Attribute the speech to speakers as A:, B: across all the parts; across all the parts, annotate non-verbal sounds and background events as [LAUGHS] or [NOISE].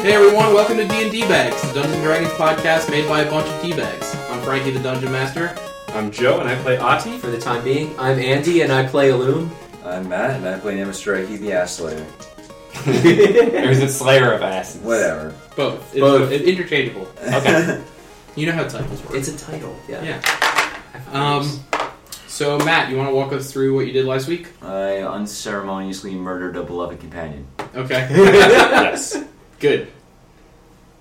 A: Hey everyone, welcome to D&D Bags, the Dungeons & Dragons podcast made by a bunch of D-bags. I'm Frankie the Dungeon Master.
B: I'm Joe, and I play
C: [LAUGHS]
B: Ati.
C: For the time being, I'm Andy, and I play Alum.
D: I'm Matt, and I play Namastraki the Ass Slayer.
B: or is it Slayer of Asses?
D: Whatever.
A: Both. It's,
B: Both.
A: it's interchangeable.
B: Okay.
A: You know how titles work.
C: It's a title, yeah.
A: Yeah. um, so Matt, you want to walk us through what you did last week?
D: [LAUGHS] I unceremoniously murdered a beloved companion.
A: Okay.
B: [LAUGHS] yes.
A: Good.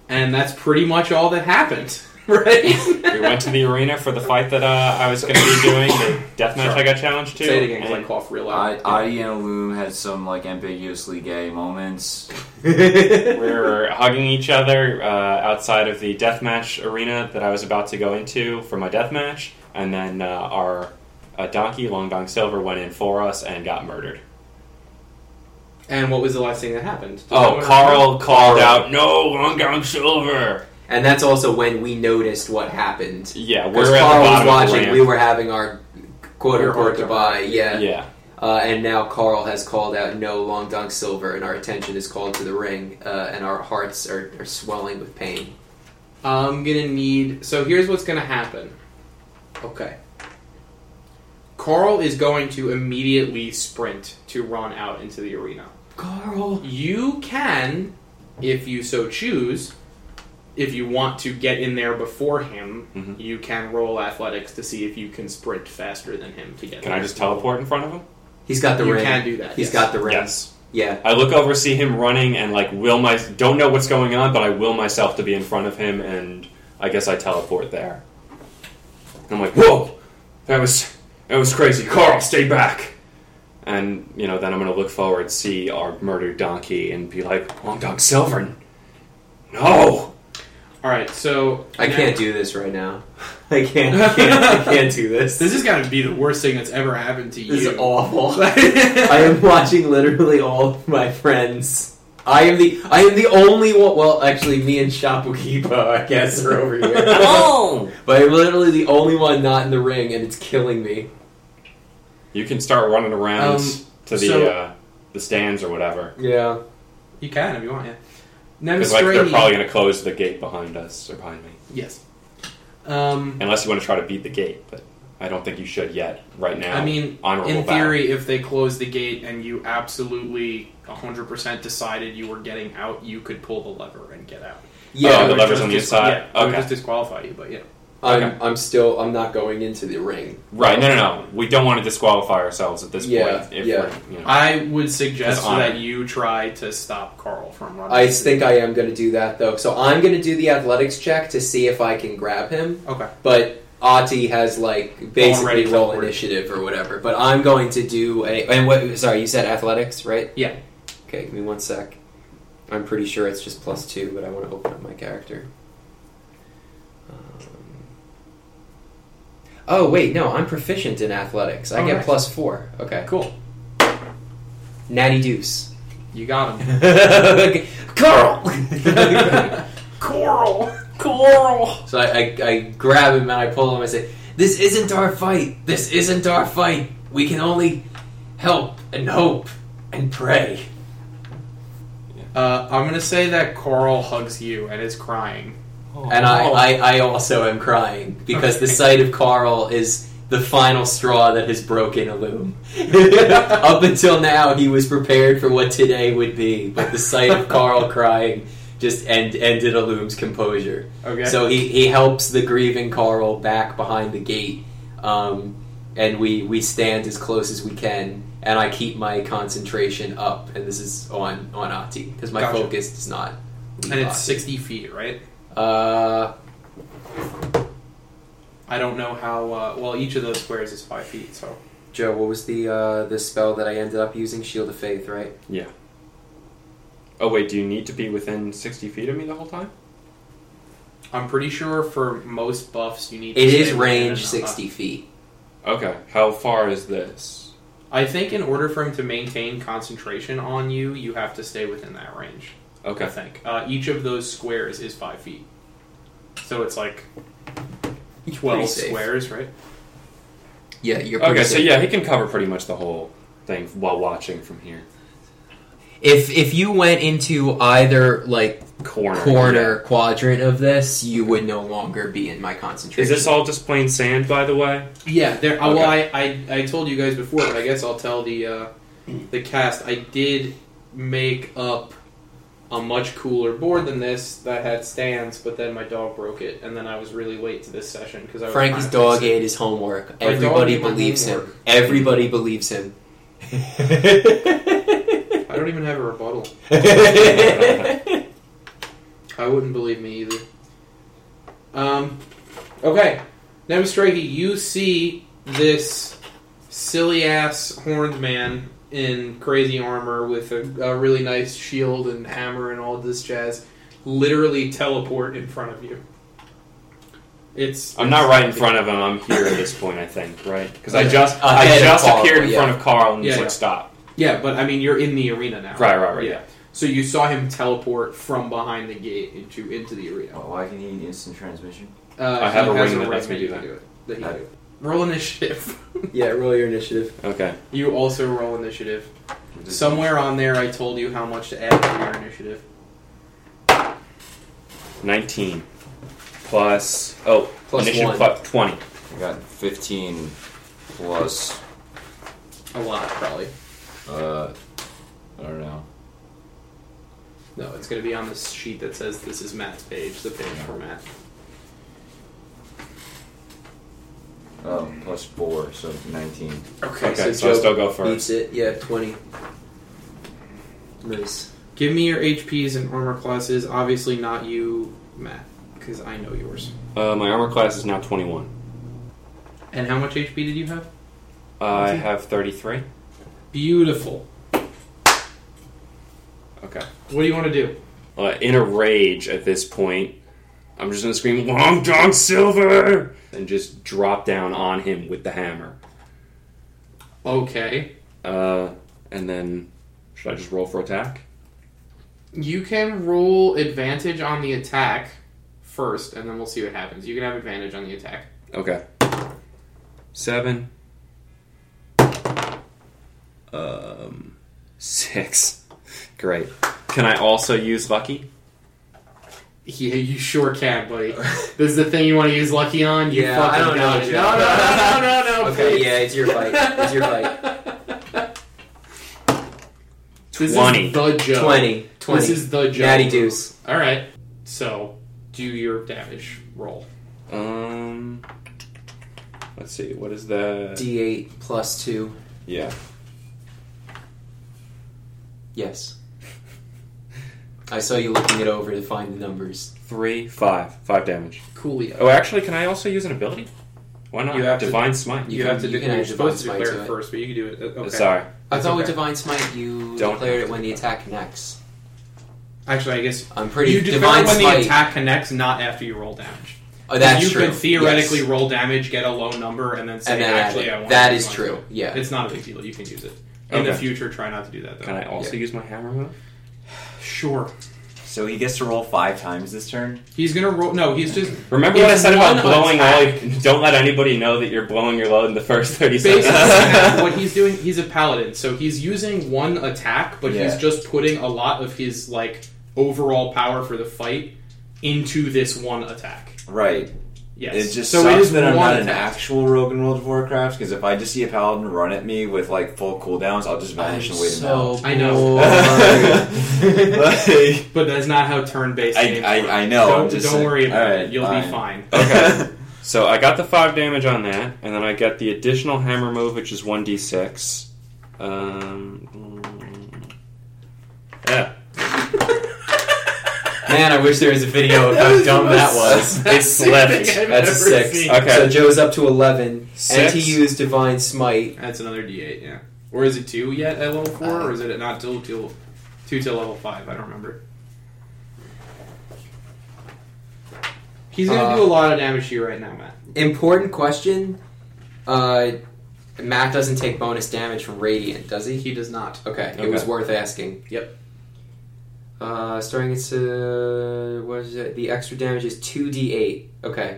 A: And that's pretty much all that happened, [LAUGHS] right?
B: We went to the arena for the fight that uh, I was going to be doing, the death match
A: Sorry.
B: I got challenged to.
A: Say it again 'cause I
B: and-
A: cough real
D: I,
A: loud.
D: Adi and Loom had some like ambiguously gay moments.
B: [LAUGHS] we were hugging each other uh, outside of the deathmatch arena that I was about to go into for my deathmatch, and then uh, our uh, donkey, Long Dong Silver, went in for us and got murdered.
A: and what was the last thing that happened? Does
B: Oh,
A: anyone
B: Carl called
C: Carl.
B: out, "No, Long Dong Silver!"
C: And that's also when we noticed what happened.
B: Yeah,
C: Because
B: we're at
C: Carl
B: the
C: was
B: bottom of the
C: watching,
B: ramp.
C: we were having our quote unquote
A: Quote-unquote
C: goodbye, yeah.
B: yeah,
C: Uh, and now Carl has called out no long dunk silver, and our attention is called to the ring, uh, and our hearts are, are swelling with pain.
A: I'm gonna need. So here's what's gonna happen. Okay. Carl is going to immediately sprint to run out into the arena.
C: Carl!
A: You can, if you so choose, if you want to get in there before him,
B: Mhm.
A: you can roll athletics to see if you can sprint faster than him to get
B: can
A: there.
B: I just teleport in front of him?
C: He's got the
A: You
C: ring.
A: can do that, yes.
C: He's got the ring.
B: Yes.
C: Yeah.
B: I look over, see him running, and like will my don't know what's going on, but I will myself to be in front of him, and I guess I teleport there. And I'm like, whoa, that was that was crazy. Carl, stay back. And you know, then I'm gonna look forward, see our murdered donkey, and be like, Long Dog Silver, no.
A: Alright, so.
C: I
A: now-
C: can't do this right now. [LAUGHS] I can't, I can't, I can't do this.
A: [LAUGHS] This is gonna be the worst thing that's ever happened to you.
C: This is
A: [LAUGHS]
C: awful. I am watching literally all of my friends. I am the I am the only one. Well, actually, me and Shapukipa, I guess, are over here.
B: Oh.
C: [LAUGHS] but I'm literally the only one not in the ring, and it's killing me.
B: [LAUGHS] You can start running around
A: Um,
B: to the
A: so-
B: uh, the stands or whatever,
C: Yeah.
A: you can if you want, yeah.
B: because like they're
A: Nemistrady-
B: probably gonna close the gate behind us or behind me.
A: Yes. Um,
B: Unless you want to try to beat the gate, but I don't think you should yet, right now.
A: I mean,
B: honorable
A: in
B: battle.
A: theory, if they closed the gate and you absolutely 100% decided you were getting out, you could pull the lever and get out.
C: Yeah.
B: Oh, the
A: It would
B: lever's
A: just
B: on the
A: dis-
B: inside?
A: Yeah, it would
B: Okay.
A: just disqualify you, but yeah.
C: I'm,
B: okay.
C: I'm still. I'm not going into the ring.
B: right? No, no, no. We don't want to disqualify ourselves at this
C: Yeah,
B: point. If
C: yeah.
B: We're, you know,
A: I would suggest
B: It's on.
A: that you try to stop Carl from running.
C: I think I am going to do that though. So I'm going to do the athletics check to see if I can grab him.
A: Okay.
C: but Ati has like basically
A: Already
C: roll
A: teleported.
C: initiative or whatever. But I'm going to do a and what? Sorry, you said athletics, right?
A: Yeah.
C: Okay, give me one sec. I'm pretty sure it's just plus two, but I want to open up my character. Um, oh wait, no, I'm proficient in athletics. I
A: Oh,
C: get
A: nice.
C: plus four. Okay,
A: Cool. [LAUGHS]
C: Natty Deuce. [LAUGHS]
A: You got him.
C: Okay, Carl.
A: [LAUGHS] Coral! Coral!
C: so I, I, I grab him and I pull him. and I say, "This isn't our fight. This isn't our fight. We can only help and hope and pray."
A: Uh, I'm going to say that Coral hugs you and is crying.
C: And I, I, I also am crying because the sight of Carl is the final straw that has broken a loom. [LAUGHS] Up until now, he was prepared for what today would be, but the sight of Carl crying just end, ended a loom's composure.
A: Okay.
C: So he, he helps the grieving Carl back behind the gate, um, and we, we stand as close as we can. And I keep my concentration up, and this is on on Ati because my
A: Gotcha.
C: focus does not. leave
A: and it's
C: Ati.
A: 60 feet, right?
C: Uh,
A: I don't know how. Uh, well, each of those squares is five feet, so.
C: Joe, what was the uh, the spell that I ended up using? Shield of Faith, right?
B: yeah. Oh wait, do you need to be within sixty feet of me the whole time?
A: I'm pretty sure for most buffs you need. to
C: It
A: stay
C: is
A: within uh,
C: range
A: enough.
B: [LAUGHS]
C: sixty feet.
B: Okay. How far is this?
A: I think in order for him to maintain concentration on you, you have to stay within that range. I
B: Okay.
A: think uh, each of those squares is five feet, so it's like twelve
C: Pretty safe.
A: squares, right?
C: Yeah, you're pretty
B: Okay. So
C: safe.
B: yeah, he can cover pretty much the whole thing while watching from here.
C: If if you went into either like
B: corner.
C: corner quadrant of this, you would no longer be in my concentration.
B: Is this all just plain sand, by the way?
A: Yeah, there. uh
B: Okay.
A: Well, I, I I told you guys before, but I guess I'll tell the uh, the cast. I did make up a much cooler board than this that had stands, but then my dog broke it, and then I was really late to this session because I was
C: Frankie's
A: trying to
C: dog
A: fix
C: ate his homework.
A: My dog
C: Everybody
A: ate my
C: believes him.
A: homework.
C: Everybody believes him.
A: it. I don't even have a rebuttal. I wouldn't believe me either. Um, okay, Nemstragi, you see this silly ass horned man in crazy armor with a, a really nice shield and hammer and all this jazz literally teleport in front of you. It's
B: I'm not right in front of him. I'm here at this point, I think, right? Because I
A: Yeah.
B: just I
C: Ahead of
B: just
C: Carl,
B: appeared in
C: yeah.
B: front of Carl and he's
A: Yeah,
B: like,
A: yeah.
B: "Stop!"
A: Yeah, but I mean you're in the arena now.
B: Right, right, right.
A: Yeah. So you saw him teleport from behind the gate into into the arena.
D: Well, why can he instant transmission?
A: Uh,
B: I have
A: he
B: a
A: has
B: ring that lets me
A: you
B: do
A: can
B: that.
A: it. That he
D: I-
A: can do it. Roll initiative.
C: [LAUGHS]
A: [LAUGHS]
C: yeah, roll your initiative.
B: Okay.
A: you also roll initiative.
D: What does-
A: Somewhere on there, I told you how much to add to your initiative.
B: 19 plus oh
C: Plus
B: initiative
C: one.
B: plus 20.
D: I got 15 plus,
A: A lot, probably.
D: uh, I don't know.
A: No, it's going to be on this sheet that says this is Matt's page, the page for Matt.
D: Um, plus 4, so 19.
A: Okay,
B: Okay, so, I still go first.
C: Beats it. Yeah, twenty.
A: [LAUGHS]
C: Nice.
A: give me your HPs and armor classes. Obviously, not you, Matt, because I know yours.
B: Uh, my armor class is now 21.
A: And how much HP did you have?
B: I
A: Okay.
B: have 33.
A: Beautiful.
B: Okay.
A: What do you want to do?
B: Uh, in a rage at this point, I'm just gonna scream, "Long John Silver!" and just drop down on him with the hammer.
A: Okay.
B: Uh, and then should I just roll for attack?
A: You can roll advantage on the attack first, and then we'll see what happens. You can have advantage on the attack.
B: Okay. Seven. Um, six. Great. Can I also use lucky?
A: Yeah, you sure can, [LAUGHS] buddy. This is the thing you want to use lucky on. You
C: Yeah, I
A: fucking
C: don't
A: got
C: know,
A: it.
C: Joe.
A: No, no, no, no, no, no.
C: [LAUGHS] Okay,
A: please.
C: yeah, it's your fight. It's your fight.
A: [LAUGHS] This
B: Twenty.
A: is the joke.
C: Twenty. Twenty.
A: This is the joke.
C: Natty Deuce.
A: All right. So do your damage roll.
B: Um, let's see. What is the?
C: D eight plus two.
B: yeah.
C: Yes. I saw you looking it over to find the numbers.
B: Three, five, five damage.
A: Coolio.
B: Oh, actually, can I also use an ability? Why not?
A: You have to-
B: divine smite.
A: You,
C: You
A: have
C: can-
A: to. do,
C: you can
A: you're
C: add
A: supposed to
C: divine
A: declare
C: smite to
A: it
C: it.
A: first, but you can do it. Uh, Okay.
B: Sorry.
C: I
A: That's
C: thought with
A: okay.
C: Divine Smite you
B: Don't
C: declared
B: have
C: it when the attack connects.
A: Actually, I guess
C: I'm pretty
A: you declare
C: Divine
A: when
C: Smite.
A: the attack connects, not after you roll damage.
C: oh, that's
A: you
C: true.
A: could theoretically
C: yes.
A: roll damage, get a low number, and then say,
C: and then add
A: "Actually,
C: it.
A: I want."
C: that
A: to
C: is
A: do
C: true.
A: mine."
C: Yeah.
A: It's not a big deal. You can use it. In the
B: Okay.
A: future, try not to do that though.
B: Can I also use my hammer move?
A: Sure.
D: So he gets to roll 5 times this turn?
A: He's gonna roll. No, he's just
B: Remember what I
A: It's
B: said about
A: one
B: blowing all? your- Don't let anybody know that you're blowing your load in the first thirty
A: basically
B: seconds.
A: [LAUGHS]
B: [LAUGHS]
D: [LAUGHS]
A: what he's doing. He's a paladin, so he's using one attack, but he's
D: Yeah.
A: just putting a lot of his like overall power for the fight into this one attack.
D: Right.
A: Yes.
D: It just
A: so it
D: sucks
A: is
D: that I'm
A: one
D: not an
A: attack.
D: actual rogue in World of Warcraft, because if I just see a paladin run at me with, like, full cooldowns, I'll just vanish and wait him out.
A: I know.
D: [LAUGHS]
A: [LAUGHS]
D: like,
A: But that's not how turn-based
D: I,
A: games work.
D: I, I know.
A: Don't,
D: I'm just
A: don't
D: saying-
A: worry about
D: Alright,
A: it. You'll be fine.
B: Okay. so I got the five damage on that, and then I got the additional hammer move, which is one d six. Um, yeah,
C: [LAUGHS] Man, I wish there was a video of
A: That
C: Oh, how
A: was
C: dumb
A: the most
C: that was.
A: satisfying
B: It's
A: [LAUGHS]
B: slipped.
A: thing I've
C: That's a
A: ever
C: six.
A: seen.
B: Okay.
C: So Joe's up to eleven, and
B: Six.
C: he used Divine Smite.
A: That's another D8, yeah. Or is it two yet at level four,
C: Uh,
A: or is it not till till two till level five? I don't remember. He's gonna
C: Uh,
A: do a lot of damage to you right now, Matt.
C: Important question. Uh, Matt doesn't take bonus damage from Radiant, does he?
A: He does not.
C: Okay,
B: Okay.
C: it was worth asking.
A: Yep.
C: Uh, starting it's uh, what is it? The extra damage is two d eight. Okay.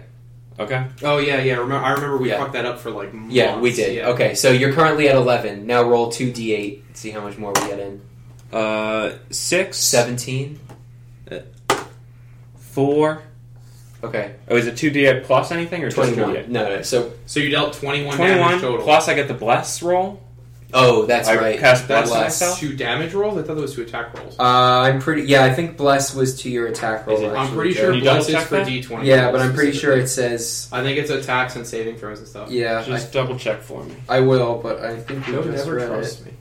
B: okay.
A: Oh yeah, yeah. Remember, I remember we
C: Yeah.
A: fucked that up for like months.
C: Yeah, we did.
A: Yeah.
C: Okay, so you're currently at eleven. Now roll two d eight. See how much more we get in.
B: Uh, six,
C: Seventeen.
B: four.
A: Okay.
B: Oh, is it two D8 plus anything or just two D8?
C: Twenty-one. No, no. So,
A: So you dealt 21, damage
B: 21
A: total.
B: plus I get the bless roll.
C: oh, that's
B: I
C: right.
B: cast bless
C: Bless.
B: myself.
A: two damage rolls? I thought that was two attack rolls.
C: Uh, I'm pretty. Yeah, I think bless was to your attack roll.
B: Is it-
A: I'm
C: actually,
A: pretty
C: Joe.
A: sure
B: you double
A: bless is
B: check
A: for
B: that?
A: D20.
C: Yeah, but I'm pretty sure
A: specifically.
C: it says.
A: I think it's attacks and saving throws and stuff.
C: Yeah,
B: Just double check for me.
C: I, I will, but I think we
A: Don't
C: just
A: ever
C: read
A: trust me.
C: it.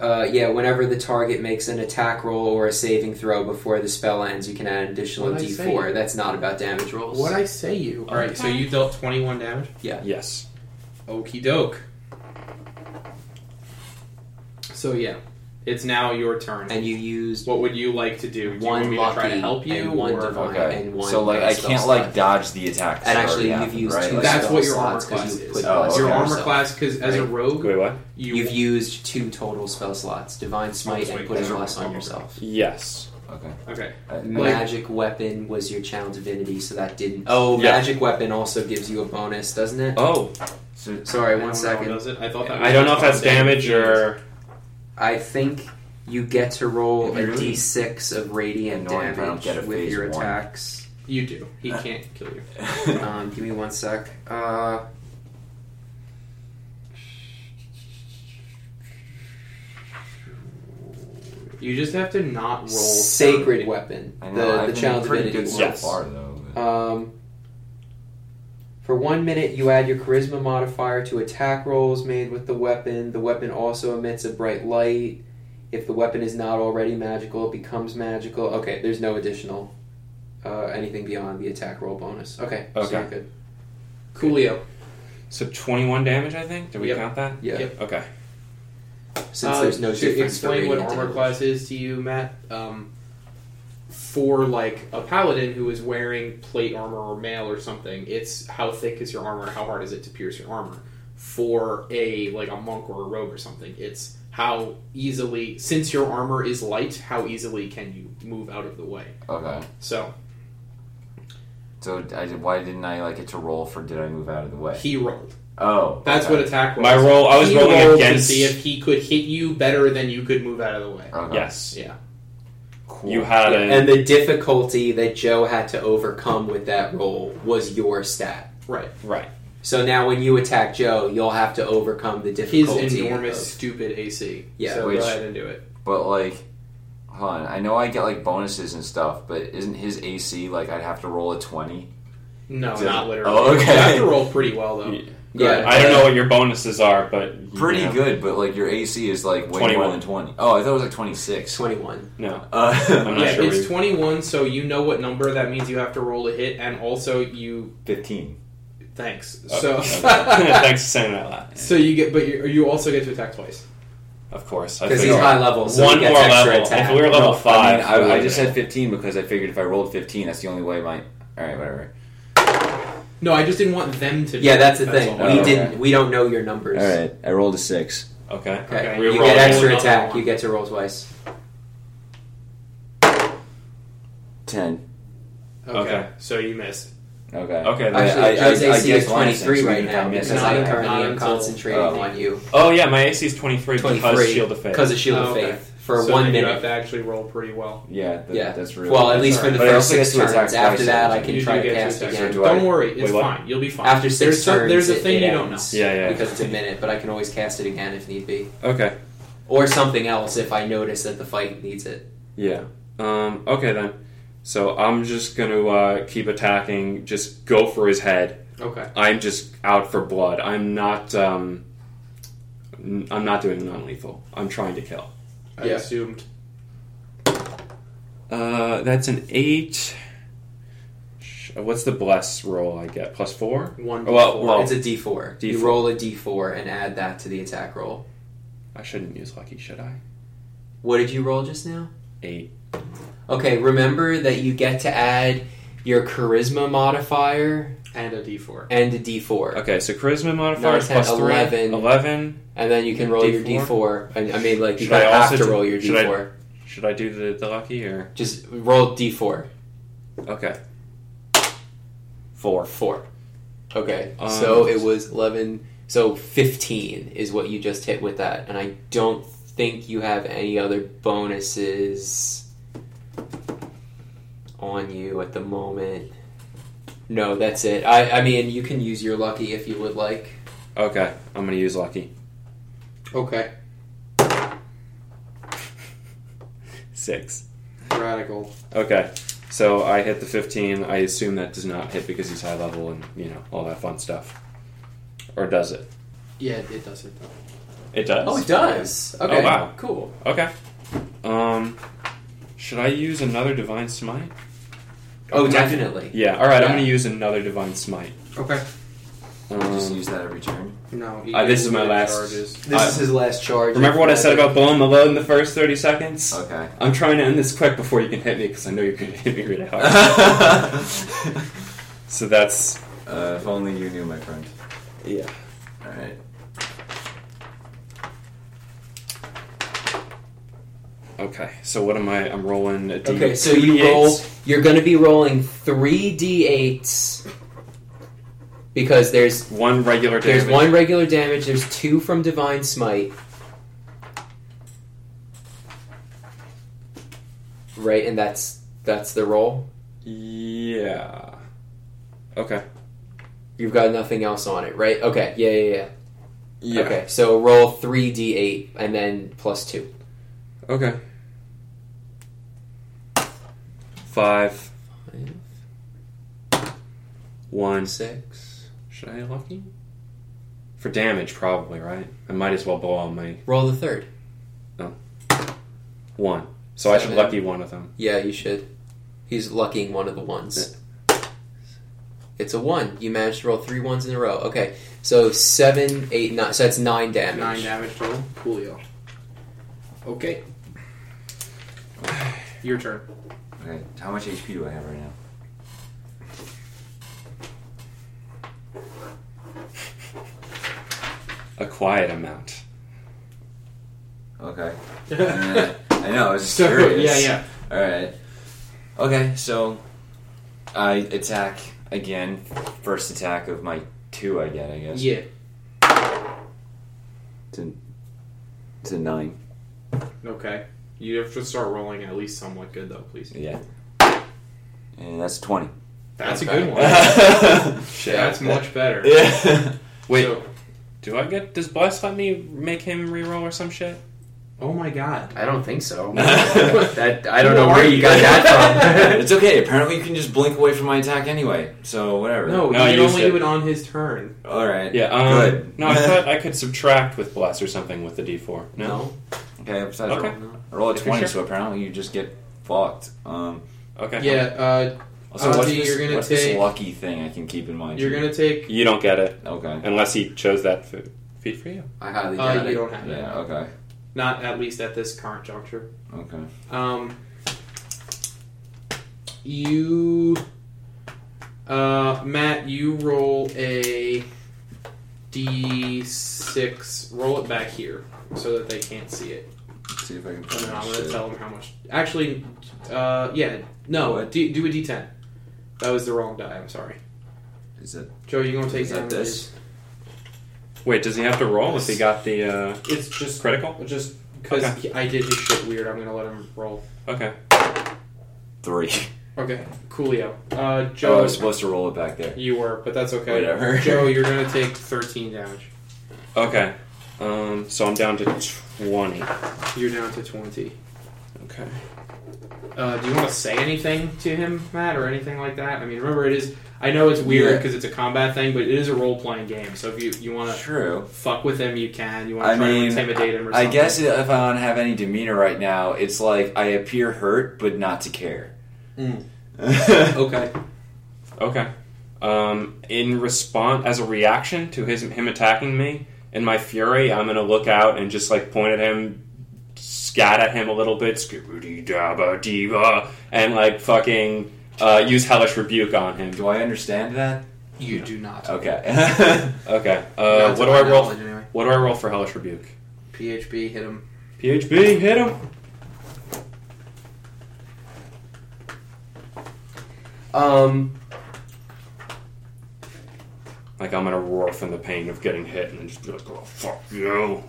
C: Uh, yeah, whenever the target makes an attack roll or a saving throw before the spell ends, you can add an additional
A: What'd I
C: D4. That's not about damage rolls.
A: What I say you. Alright, so
B: Okay.
A: you dealt 21 damage.
B: Yes.
A: Okie doke. So yeah, it's now your turn.
C: and you used
A: what would you like to do? Do you want
C: one
A: me to
C: lucky
A: try to help you?
C: and one
A: or-
C: divine
D: okay.
C: and one.
D: so like I
C: spell
D: can't
C: slot.
D: like dodge the attacks.
C: And
D: that
C: actually,
D: already
C: you've used
D: happened,
C: two.
D: right?
A: That's
C: spell
A: what your
C: slots
A: armor
C: 'cause
A: class
C: you
A: is.
C: put
D: Oh,
C: bless
D: okay.
A: your
C: on
A: armor
C: yourself.
A: class, because as a
C: right?
A: rogue,
B: Wait, what?
A: you
C: You've used two total spell slots: divine smite
A: Smite,
C: and put a
A: Smite,
C: bless on
A: Smite.
C: yourself.
B: Yes.
C: [LAUGHS]
D: Okay.
A: okay. Like-
C: Magic weapon was your channel divinity, so that didn't. Oh,
B: Yeah.
C: magic weapon also gives you a bonus, doesn't it?
B: Oh,
D: [LAUGHS] So
A: I
C: Sorry,
A: don't know,
C: one second.
A: does it? I thought that.
B: I don't know if that's damage or
C: I think you get to roll
D: If
C: a
D: you really-
C: d6 of radiant
D: Annoying if I don't
C: damage
D: get a
C: with
D: phase
C: your
D: one. [LAUGHS]
C: attacks.
A: You do. He can't kill you. [LAUGHS]
C: Um, give me one sec. Uh,
A: You just have to not roll
C: sacred weapon.
D: I know, I've
C: The, the
D: been
C: channel
D: pretty
C: divinity.
D: good so
C: one.
B: Yes.
D: far though. but-
C: Um, for one minute, you add your charisma modifier to attack rolls made with the weapon. The weapon also emits a bright light. If the weapon is not already magical, it becomes magical. Okay, there's no additional uh, anything beyond the attack roll bonus. Okay, so
B: Okay.
C: you're good.
A: Coolio.
B: so twenty-one damage. I think. Do we
A: Yep.
B: count that?
C: Yeah,
A: Yep.
B: Okay.
C: since
A: Uh,
C: there's
A: to
C: no difference
A: explain what
C: between
A: armor
C: damage.
A: class is to you, Matt. Um, for like a paladin who is wearing plate armor or mail or something, it's how thick is your armor, how hard is it to pierce your armor. For a like a monk or a rogue or something, it's how easily since your armor is light, how easily can you move out of the way.
C: Uh,
D: Okay.
A: So
D: So I, did- why didn't I like get to roll for? Did I move out of the way?
A: he rolled.
D: Oh,
A: That's
D: okay.
A: what attack was.
B: My roll. I was
A: He
B: rolling
A: rolled
B: against.
A: to see if he could hit you better than you could move out of the way.
D: Okay.
B: Yes.
A: Yeah.
D: Cool.
B: You had a.
C: And the difficulty that Joe had to overcome with that roll was your stat.
A: Right.
B: Right.
C: So now when you attack Joe, you'll have to overcome the
A: His
C: difficulty.
A: enormous
C: of-
A: stupid AC.
C: Yeah,
A: So
D: which-
A: go ahead and do it.
D: But like, hold on. I know I get like bonuses and stuff, but isn't his AC like I'd have to roll a twenty?
A: No,
D: Does-
A: not literally.
D: Oh, okay.
A: You have to roll pretty well though.
B: Yeah.
A: Go ahead.
B: I don't know what your bonuses are, but you
D: Pretty
B: know.
D: good, but like your AC is like way more
B: 21.
D: than twenty. Oh, I thought it was like twenty six.
C: Twenty-one.
B: No.
D: Uh, [LAUGHS]
B: I'm not
A: yeah,
B: sure.
A: it's
B: we-
A: 21, so you know what number that means you have to roll to hit, and also you.
D: fifteen.
A: Thanks.
B: Okay.
A: So,
B: Oh,
A: [LAUGHS]
B: Okay. [LAUGHS] thanks for saying that. Loud.
A: so you get, but you, you also get to attack twice.
B: Of course. I
C: Because he's
B: figured-
C: high level, so
B: one
C: he
B: more
C: gets extra
B: level.
C: attack.
B: If we were level
D: I
B: five,
D: mean, I, I just
B: said
D: said fifteen because I figured if I rolled fifteen, that's the only way my. All right, whatever.
A: No, I just didn't want them to.
C: yeah, that's the
A: all.
C: thing.
D: all.
C: we
D: Oh,
C: didn't.
D: okay.
C: We don't know your numbers.
D: All right, I rolled a six.
B: okay.
C: Okay.
A: Okay,
B: we
C: You
B: roll
C: get extra
A: another
C: attack.
A: one.
C: You get to roll twice.
D: Ten.
A: Okay.
B: Okay.
A: So you missed.
D: Okay.
B: Okay.
D: I-
C: Actually,
D: I-
C: Joe's
D: I- I
C: AC
D: guess
C: is twenty-three right
D: mine since
C: now
D: we
C: because
D: didn't
C: I
A: count it.
C: currently
A: Not
C: am
A: until-
C: concentrating
D: Oh.
C: on you
B: oh yeah, my AC is twenty three because
C: 23,
B: Shield of Faith.
C: because of Shield
A: Oh,
C: of
A: okay.
C: Faith for
A: so
C: one
A: then You
C: minute.
A: have to actually roll pretty well.
D: Yeah, that,
C: Yeah.
D: that's really.
C: Well, at least for
A: Sorry.
C: the
D: But I
C: first
D: also get
C: six
D: to attack
C: turns. After
D: twice,
C: that, I
D: so
C: can
A: you
C: try
A: do
C: to
A: get
C: cast
A: to attack.
C: again.
D: So do I-
A: Don't worry, it's
B: Wait, what?
A: fine. You'll be fine.
C: After six
A: there's some-
C: turns,
A: there's a
C: it-
A: thing
C: it
A: you don't
C: ends,
A: know.
B: Yeah, yeah.
C: Because it's a minute, but I can always cast it again if need be,
B: okay.
C: or something else if I notice that the fight needs it.
B: Yeah. Um, okay then. So I'm just gonna uh, keep attacking. Just go for his head.
A: Okay.
B: I'm just out for blood. I'm not. Um, n- I'm not doing non-lethal. I'm trying to kill.
A: I
C: Yeah.
A: assumed.
B: Uh, that's an eight. Sh- What's the bless roll I get? Plus four.
A: One.
B: Well,
A: before.
B: well-
C: It's a D4. You
B: D4.
C: roll a D4 and add that to the attack roll.
B: I shouldn't use lucky, should I?
C: What did you roll just now?
B: Eight.
C: Okay, remember that you get to add your charisma modifier
A: and a d4.
C: and a D4,
B: Okay, so charisma
C: No,
B: modifier
C: I
B: is
C: said
B: plus three.
C: 11.
B: Eleven.
C: and then you can roll your D4. I, I mean, like you
B: Should I
C: gotta have
B: also
C: to
B: do-
C: roll your
B: should I-
C: D4.
B: Should I do the, the lucky or
C: Just roll D4.
B: okay? Four.
C: Four. Okay,
B: Um,
C: so it was 11. So 15 is what you just hit with that, and I don't think you have any other bonuses. on you at the moment. No, that's it. I, I mean, you can use your lucky if you would like.
B: Okay, I'm gonna use lucky.
A: Okay.
B: Six.
A: Radical.
B: Okay, so I hit the 15. I assume that does not hit because he's high level and, you know, all that fun stuff. Or does it?
A: Yeah, it does hit though.
B: It does.
C: Oh, it does. Okay.
B: Oh, wow.
C: Cool.
B: Okay. Um, should I use another divine smite?
C: Oh, definitely.
B: Yeah. All right. I'm
C: Yeah.
B: gonna use another divine smite.
A: Okay.
D: You just
B: Um,
D: use that every turn.
A: No.
B: Uh, this is my
A: it
B: last-
A: Charges.
C: This
B: I-
C: is his last charge.
B: remember what I said about blowing the load in the first 30 seconds?
D: [LAUGHS] Okay.
B: I'm trying to end this quick before you can hit me because I know you're gonna [LAUGHS] hit me really hard.
C: [LAUGHS]
D: uh,
B: so that's
D: if only you knew, my friend.
B: yeah.
D: All right.
B: Okay. So what am I? I'm rolling a D.
C: Okay, so
B: two
C: you
B: D8s.
C: roll. You're going to be rolling three d8s because there's
B: one regular damage.
C: there's one regular damage. There's two from divine smite. Right, and that's that's the roll.
B: Yeah. Okay.
C: You've got nothing else on it, right? Okay. Yeah, yeah, yeah.
B: Yeah.
C: Okay, so roll three d8 and then plus two.
B: Okay. Five. One.
C: Six.
B: Should I lucky? For damage, probably, right? I might as well blow all my
C: Roll the third.
B: one. So I should
C: Seven.
B: lucky one of them.
C: Yeah, you should. He's lucking one of the ones. It's a one. You managed to roll three ones in a row. Okay, so seven, eight, nine. So that's nine damage.
A: Nine damage total. Coolio. Okay. Your turn.
B: [LAUGHS]
D: Okay. How much HP do I have right now?
B: A quiet amount.
A: [LAUGHS]
D: Okay. Uh, I know. I was just
A: So,
D: curious.
A: yeah, yeah.
D: All right. Okay, so I attack again. First attack of my two, I get. I guess.
A: Yeah.
D: It's a, it's a nine.
A: Okay. You have to start rolling at least somewhat good though, please.
D: Yeah. And
A: [LAUGHS]
D: that's twenty.
A: That's a
C: Okay.
A: good one. [LAUGHS]
D: yeah.
B: [LAUGHS] Shit.
A: That's much better.
B: Wait,
A: So-
B: do I get. Does Bless let me make him reroll or some shit?
A: oh my god.
C: I don't
A: [LAUGHS]
C: think so.
B: That-
C: I
A: don't know where you got that [LAUGHS]
D: it's okay. Apparently, you can just blink away from my attack anyway. So whatever.
A: No,
B: No,
A: you
B: you
A: can only
B: said-
A: do it on his turn.
D: All right.
B: Yeah, um.
D: Good.
B: No, I thought I could subtract with Bless or something with the d4. No?
D: Okay. Besides,
B: Okay.
D: I roll- I roll a
B: You
D: twenty,
B: sure?
D: so apparently you just get fucked. Um.
B: Okay.
A: Yeah,
D: Also,
A: Uh,
D: what's,
A: G,
D: this,
A: you're gonna
D: what's
A: take-
D: this lucky thing I can keep in
A: uh,
D: mind?
A: you're
D: here?
A: gonna take.
B: You don't get it
D: Okay.
B: unless he chose that f- feat for you.
C: I highly
A: Uh,
C: doubt
A: you
C: it.
A: don't have it.
D: Yeah. Okay.
A: Not at least at this current juncture.
D: Okay.
A: Um, you, uh, Matt, you roll a d6. Roll it back here so that they can't see it.
D: Let's see if I can
A: And
D: put
A: then
D: my
A: I'm going
D: shit.
A: to tell them how much. Actually, uh, yeah, no,
D: What?
A: d- do a d10. That was the wrong die. I'm sorry,
D: Is it
A: Joe. You gonna take
D: is that
A: damage?
D: this?
B: Wait, does he have to roll if he got the uh,
A: It's just
B: critical?
A: just because I did his shit weird. I'm gonna let him roll.
B: Okay.
D: Three.
A: [LAUGHS] Okay, Coolio. Uh,
D: Oh, I
A: Joe,
D: was supposed to roll it back there.
A: you were, but that's okay.
B: [LAUGHS]
D: Whatever.
A: Joe, you're gonna take 13 damage.
B: Okay. Um, so I'm down to 20.
A: You're down to 20.
B: Okay.
A: Uh, do you want to say anything to him, Matt, or anything like that? I mean, remember, it is. I know it's weird
D: Yeah.
A: because it's a combat thing, but it is a role playing game. So if you, you want to
D: True.
A: fuck with him, you can. You want
D: I
A: to try
D: mean,
A: to intimidate him or
D: I
A: something.
D: guess if I don't have any demeanor right now, it's like I appear hurt but not to care.
A: Mm.
D: okay.
A: Okay.
B: Okay. Um, in response, as a reaction to his him attacking me, in my fury, I'm gonna look out and just like point at him, scat at him a little bit, skibbity dabba diva, and like fucking uh, use hellish rebuke on him.
D: [LAUGHS] Do I understand that?
A: You do not.
D: Okay. [LAUGHS]
B: Okay. Uh, what do I roll? What do I roll for hellish rebuke?
A: PHB hit him.
B: PHB, hit him.
C: Um,
B: Like I'm gonna roar from the pain of getting hit and then just be like, oh fuck you.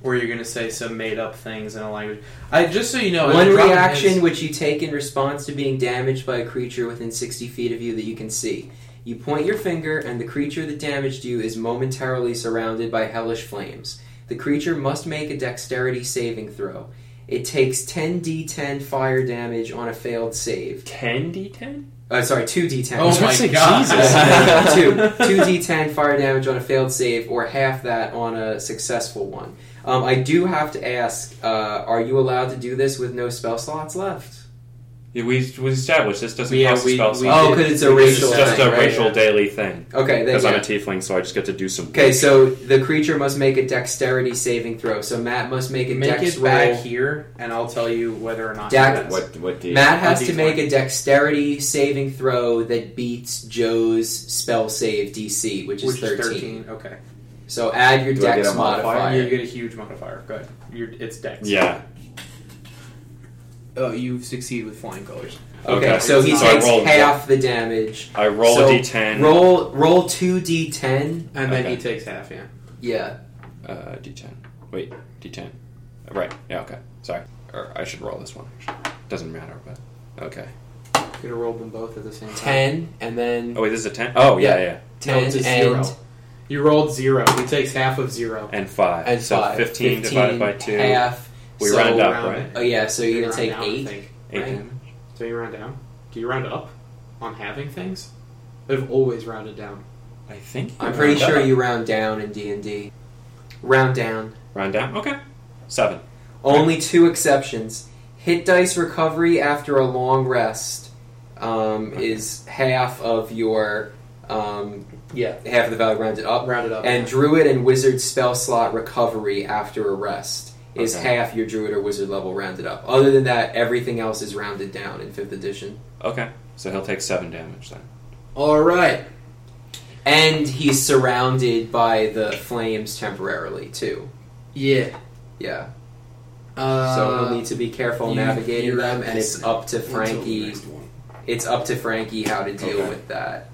A: where you're gonna say some made up things in a language. I just so you know,
C: One
A: the problem
C: reaction
A: is-
C: which you take in response to being damaged by a creature within 60 feet of you that you can see. You point your finger, and the creature that damaged you is momentarily surrounded by hellish flames. The creature must make a dexterity saving throw. It takes 10d10 fire damage on a failed save.
B: 10d10?
C: Uh, sorry,
A: oh
C: 2d10.
B: I
A: my
B: was gonna say
A: god, [LAUGHS]
B: Jesus.
C: two.
B: [LAUGHS]
C: 2d10 fire damage on a failed save, or half that on a successful one. Um, I do have to ask uh, are you allowed to do this with no spell slots left?
B: Yeah, we, we established this doesn't
A: Yeah,
B: cost
A: we-
B: a spell
A: we
B: slot.
C: Oh,
A: did-
C: because it's a
A: we did-
B: It's
C: racial
B: just
C: thing,
B: a
C: right?
B: racial daily thing.
C: Okay, then
B: Because I'm a
C: yeah.
B: tiefling, so I just get to do some.
C: Okay, so the creature must make a dexterity saving throw. So Matt must make a
A: Make
C: dex
A: it
C: roll.
A: back here, and I'll tell you whether or not.
C: Dak-
A: it is.
D: What what do you,
C: Matt has
A: On
C: to
A: D20.
C: make a dexterity saving throw that beats Joe's spell save DC, which is,
A: Which
C: 13.
A: is thirteen? Okay,
C: So add your
D: Do I
C: dex
D: get a modifier?
A: you get a huge modifier. Go ahead. You're, it's dex.
B: Yeah.
A: Oh, you succeed with flying colors.
C: Okay,
B: Okay.
C: so he
A: So I
C: takes
B: rolled
C: half the damage.
B: I roll
C: So,
B: a d10.
C: Roll roll two d10.
A: And then
B: Okay.
A: he takes half, yeah.
C: Yeah.
B: Uh, d10. Wait, d10. Right. Yeah. Okay. Sorry. Or I should roll this one. Actually. Doesn't matter. But okay.
A: Could have rolled them both at the same time.
C: 10 and then
B: Oh wait, this is a ten. Oh yeah,
C: Yeah.
B: yeah.
A: No,
C: 10
A: it's a zero.
C: and,
A: You rolled zero. He takes half of zero.
B: And five.
C: and
B: so
C: 5.
B: 15, divided by two.
C: Half.
B: We
C: so,
B: round up,
A: round
B: right?
A: it.
C: Oh yeah, so
A: You
C: you're gonna
A: round
C: take
A: down, I
C: eight.
A: think.
B: Eight
C: Right.
B: damage.
A: So you round down? Do you round up on halving things? I've always rounded down.
B: I think. you
C: I'm pretty
B: round up.
C: sure you round down in D and D. Round down.
B: round down. Okay. Seven.
C: Only two exceptions. Hit dice recovery after a long rest um, is half of your um,
A: Yeah.
C: half of the value rounded up.
A: Rounded up.
C: And druid and wizard spell slot recovery after a rest is
B: Okay.
C: half your druid or wizard level rounded up. Other than that, everything else is rounded down in fifth edition.
B: Okay. So he'll take seven damage then.
A: all right.
C: And he's surrounded by the flames temporarily too.
A: Yeah.
C: Yeah.
A: Uh,
C: so he'll need to be careful
A: you-
C: navigating
A: you-
C: them and it's up to Frankie it's up to Frankie how to deal
B: Okay.
C: with that.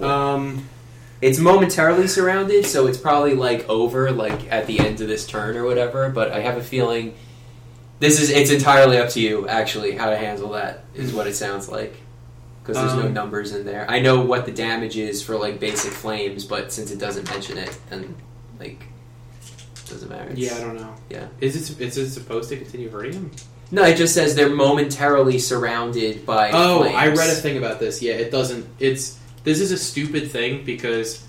A: Um.
C: It's momentarily surrounded, so it's probably like over, like at the end of this turn or whatever. But I have a feeling this is it's entirely up to you actually how to handle that is what it sounds like because there's no
A: Um,
C: numbers in there. I know what the damage is for like basic flames, but since it doesn't mention it, then like doesn't matter. It's-
A: Yeah, I don't know.
C: Yeah.
A: Is it is it supposed to continue hurting him?
C: no, it just says they're momentarily surrounded by.
A: Oh,
C: flames.
A: I read a thing about this. Yeah, it doesn't. It's this is a stupid thing because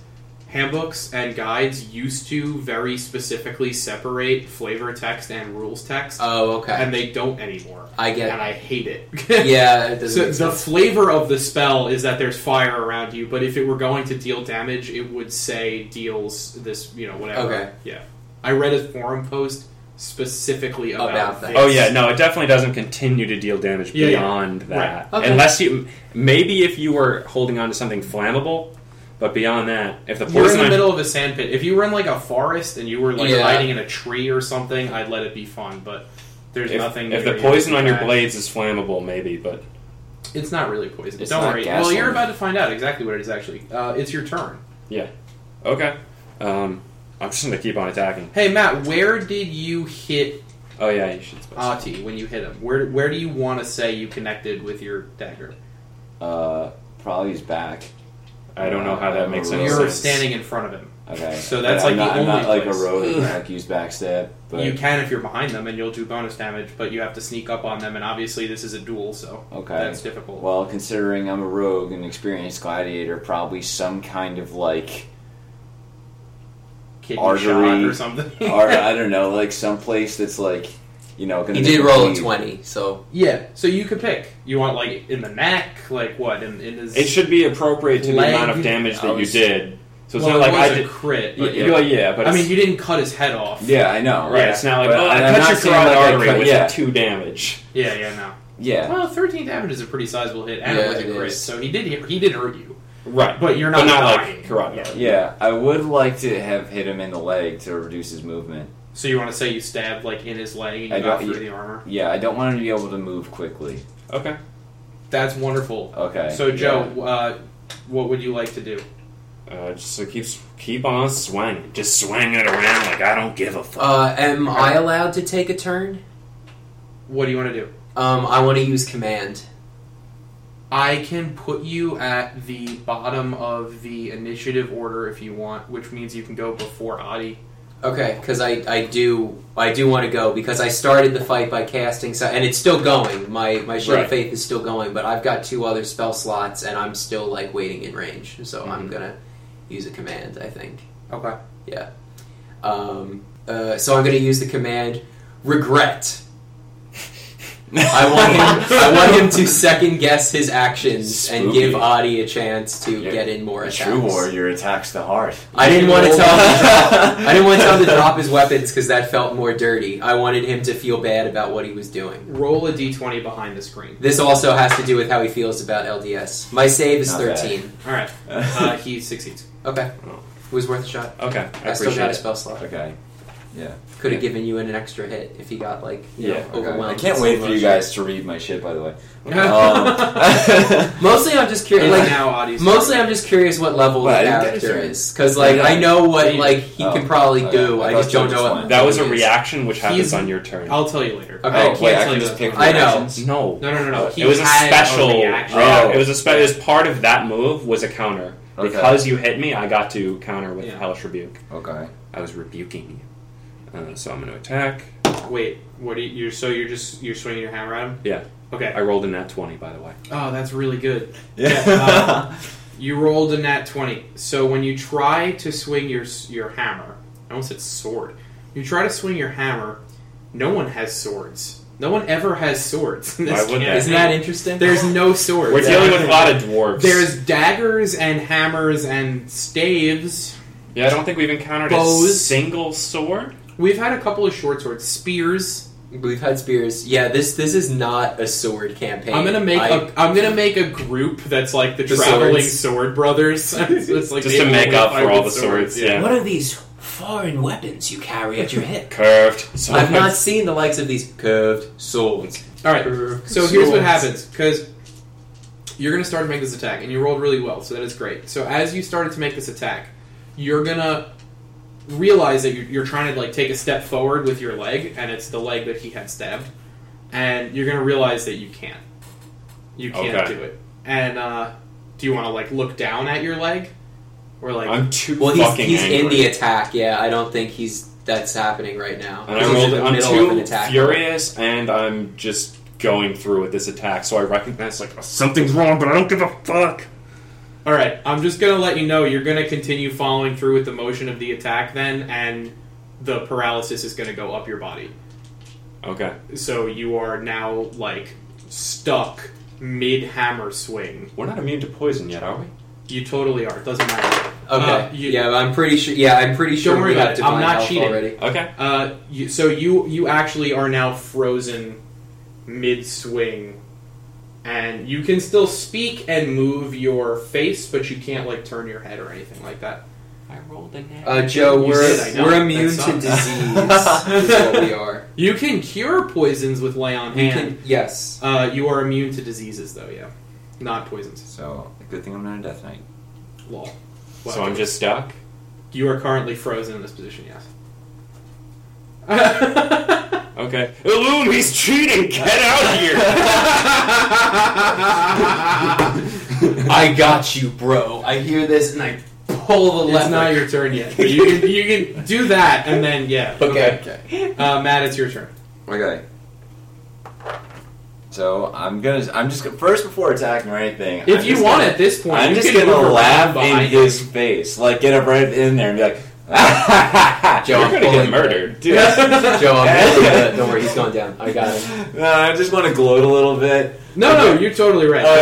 A: handbooks and guides used to very specifically separate flavor text and rules text,
C: Oh, okay.
A: and they don't anymore.
C: I get.
A: And
C: It.
A: I hate it.
C: [LAUGHS]
A: [LAUGHS]
C: Yeah, it doesn't.
A: So
C: make
A: the
C: sense.
A: flavor of the spell is that there's fire around you, but if it were going to deal damage, it would say deals this, you know, whatever.
C: Okay.
A: Yeah. I read a forum post specifically about,
C: About that.
A: this.
B: Oh yeah, no, it definitely doesn't continue to deal damage
A: Yeah, yeah.
B: beyond that.
C: Okay.
B: Unless you, maybe if you were holding on to something flammable, but beyond that, if the
A: You're in
B: poison
A: the
B: I'm-
A: middle of a sandpit. If you were in like a forest and you were like
C: Yeah.
A: hiding in a tree or something, I'd let it be fun. But there's
B: if,
A: nothing.
B: if
A: near
B: the
A: you
B: poison on your
A: that-
B: blades is flammable, maybe, but
A: it's not really poison.
D: It's
A: Don't
D: not
A: worry. Well,
D: gasoline.
A: you're about to find out exactly what it is. Actually, uh, it's your turn.
B: okay. Um, I'm just gonna keep on attacking.
A: Hey Matt, where did you hit
B: Oh yeah, you should. Spell.
A: Ati when you hit him? Where Where do you want to say you connected with your dagger?
D: uh probably his back.
B: I don't know how that makes any
A: You're
B: sense.
A: standing in front of him.
D: Okay.
A: So that's
D: But I'm
A: like
D: not,
A: the
D: I'm not
A: only
D: like
A: place.
D: a
A: [LAUGHS]
D: rogue attack, use backstab, but
A: you can if you're behind them, and you'll do bonus damage. But you have to sneak up on them, and obviously this is a duel, so
D: okay.
A: that's difficult.
D: Well, considering I'm a rogue and experienced gladiator, probably some kind of
C: [LAUGHS]
D: like,
A: Kidney shot
D: artery-
A: or something.
D: or I don't know, like some place that's like, you know, gonna.
C: You
D: make
C: did
D: me
C: roll a
D: bleed.
C: twenty, so
A: Yeah, so you could pick. You want like in the neck, like what in, in his.
B: It should be appropriate to
A: Leg-
B: the amount of damage
D: I
B: that you
D: was-
B: did. So it's
A: well,
B: not
A: it
B: like
A: was
B: I
A: a
B: did.
A: crit.
B: Yeah,
A: But yeah.
B: yeah, but
A: I
B: it's-
A: mean, you didn't cut his head off.
D: Yeah, I know.
B: right? It's not like
D: But
B: oh, I
D: I'm
B: cut
D: not
B: your
D: saying,
B: carotid
D: like, I
B: artery
D: cut-
B: with
D: yeah.
B: two damage.
A: yeah, yeah, no.
D: Yeah.
A: Well, thirteen damage is a pretty sizable hit, and
C: Yeah,
A: it was a
C: it
A: crit,
C: is.
A: so he did he did hurt you,
B: Right,
A: but you're not
B: but not
A: dying.
B: like carotid
A: Yeah.
B: artery.
D: Yeah, I would like to have hit him in the leg to reduce his movement.
A: So you want to say you stabbed like in his leg and you
D: I
A: got
D: don't-
A: through
D: yeah.
A: the armor?
D: Yeah, I don't want him to be able to move quickly.
B: Okay.
A: That's wonderful.
D: Okay.
A: So Joe, uh, what would you like to do?
B: Uh, just so keeps keep on swinging, just swing it around like I don't give a fuck.
C: Uh, am I allowed to take a turn?
A: What do you want to do?
C: Um, I want to use command.
A: I can put you at the bottom of the initiative order if you want, which means you can go before Adi.
C: Okay, because I, I do I do want to go because I started the fight by casting so and it's still going. My my shade
A: Right.
C: of faith is still going, but I've got two other spell slots and I'm still like waiting in range. So I'm
D: Mm-hmm.
A: Mhm.
C: gonna use a command. I think.
A: Okay.
C: Um, uh, so I'm gonna use the command regret. [LAUGHS] I want him I want him to second guess his actions and
D: Spooky.
C: give Adi a chance to
D: Yeah.
C: get in more
D: [LAUGHS] A
C: attacks.
D: true warrior attacks the heart.
C: I didn't want to
A: Roll.
C: tell him to drop. [LAUGHS] I didn't want to tell
D: [LAUGHS]
C: him to drop his weapons because that felt more dirty. I wanted him to feel bad about what he was doing.
A: Roll a d20 behind the screen.
C: This also has to do with how he feels about LDS. My save is
D: Not bad.
C: thirteen.
A: All right. Uh, he succeeds.
C: Okay,
B: Oh.
C: it was worth a shot.
B: okay, I,
C: I, still
B: appreciate
C: got a
B: it.
C: spell slot.
D: [LAUGHS] okay.
C: Could have given you an extra hit if he got like you know,
B: Yeah,
D: okay. I
C: overwhelmed.
D: can't
C: with
D: wait
C: so
D: for you
C: much.
D: guys to read my shit, by the
C: [LAUGHS]
D: way. Um, [LAUGHS]
C: Mostly, I'm just
A: [LAUGHS] And
C: curious. Like,
A: now Adi's
C: mostly, I'm just curious what level
D: Well, I
C: the
D: didn't get
C: character
D: anything.
C: is because like I know what like he
D: Oh,
C: can probably
D: okay.
C: do.
D: I
C: I
D: thought
C: just
D: you
C: don't
D: just
C: know what
D: wanted-
B: That was a
C: level he is.
B: reaction which happens
A: He's-
B: on your turn.
A: I'll tell you later.
C: Okay.
A: I
D: oh, wait, I
A: tell
D: can
A: you
D: just
A: that.
D: pick.
C: I know.
D: reactions?
B: no,
A: No, no, no, no. He
B: it was a
A: had
B: special.
A: reaction.
B: yeah,
D: Oh.
B: it was a spe- It was part of that move was a counter
D: Okay.
B: because you hit me. I got to counter with
A: Yeah.
B: hellish rebuke.
D: Okay.
B: I was rebuking you, uh, so I'm going to attack.
A: Wait, what? Are you, you're so you're just you're swinging your hammer at him?
B: Yeah.
A: Okay.
B: I rolled a nat twenty, by the way.
A: Oh, that's really good.
C: [LAUGHS]
A: Yeah, uh, You rolled a nat twenty. So when you try to swing your s- your hammer, I almost said sword. You try to swing your hammer. No one has swords. No one ever has swords. In this
B: Why would they?
A: campaign.
C: Isn't that interesting? [LAUGHS]
A: There's no [LAUGHS] swords.
B: We're dealing with a lot of dwarves.
A: There's daggers and hammers and staves.
B: yeah, I don't think we've encountered a
A: Bows.
B: single sword.
A: We've had a couple of short swords, spears.
C: We've had spears. Yeah, this this is not a sword campaign.
A: I'm gonna make
C: I-
A: a I'm gonna make a group that's like the,
C: The
A: traveling
C: swords.
A: sword brothers. [LAUGHS] It's like
B: Just
A: they
B: to make
A: only
B: up
A: fight
B: for all
A: with
B: the swords, yeah.
C: What are these foreign weapons you carry at your hip?
B: Curved. So
C: [LAUGHS] I've not seen the likes of these curved swords.
A: All right. So here's what
C: Swords.
A: happens because you're gonna start to make this attack, and you rolled really well, so that is great. So as you started to make this attack, you're gonna realize that you're, you're trying to like take a step forward with your leg, and it's the leg that he had stabbed, and you're gonna realize that you can't, you can't
B: Okay.
A: do it. And uh, do you want to like look down at your leg, or like
B: [LAUGHS] I'm too
C: Well, he's,
B: fucking
C: he's in
B: angry.
C: the attack. Yeah, I don't think he's that's happening right now.
B: And
C: He's
B: I
C: in
B: rolled,
C: the
B: I'm
C: middle of an
B: too
C: attack.
B: furious, and I'm just going through with this attack. So I recognize like oh, something's wrong, but I don't give a fuck.
A: All right, I'm just gonna let you know you're gonna continue following through with the motion of the attack then, and the paralysis is gonna go up your body.
B: Okay,
A: So you are now like stuck mid hammer swing.
B: we're not immune to poison yet, are we?
A: You totally are. It doesn't matter.
C: Okay.
A: Uh, you-
C: yeah, I'm pretty sure. Yeah, I'm pretty sure.
A: Don't worry
C: we
A: about
C: have
A: it. I'm
C: divine
A: not
C: health
A: cheating.
C: already.
B: Okay,
A: Uh, you, so you you actually are now frozen mid swing, and you can still speak and move your face, but you can't like turn your head or anything like that.
B: I rolled a net.
C: Uh, Joe,
A: You
C: we're
A: said I know.
C: we're
A: That
C: immune to
A: sucks.
C: disease. is [LAUGHS] what we are.
A: You can cure poisons with lay on
C: You
A: hand.
C: can- yes.
A: Uh, you are immune to diseases, though. Yeah, not poisons.
D: So, good thing I'm not a death knight.
A: Lol.
B: so I'm just stuck.
A: You are currently frozen in this position. Yes.
B: Okay, Illume, he's cheating. Get out of
C: [LAUGHS]
B: here.
C: I got you, bro. I hear this and I pull
A: it's
C: the lever.
A: not your turn yet. But you can you can do that and then yeah.
C: okay.
A: Uh, Matt, it's your turn.
D: Okay. So I'm gonna. I'm just gonna- first before attacking or anything.
A: If
D: I'm
A: you
D: just
A: want
D: gonna,
A: at this point,
D: I'm
A: you
D: just
A: can
D: gonna
A: move around
D: laugh in
A: behind
D: his face, like get up right in there and be like, [LAUGHS] "Ah,
C: Joe,
B: You're
C: I'm
B: gonna get
C: pulling-
B: murdered, dude.
A: him.
C: Joe, I'm pulling the- [LAUGHS] Don't
D: [LAUGHS]
C: worry, he's going down. I got him.
D: No, I just want to gloat a little bit.
A: no, no, you're totally right.
D: Oh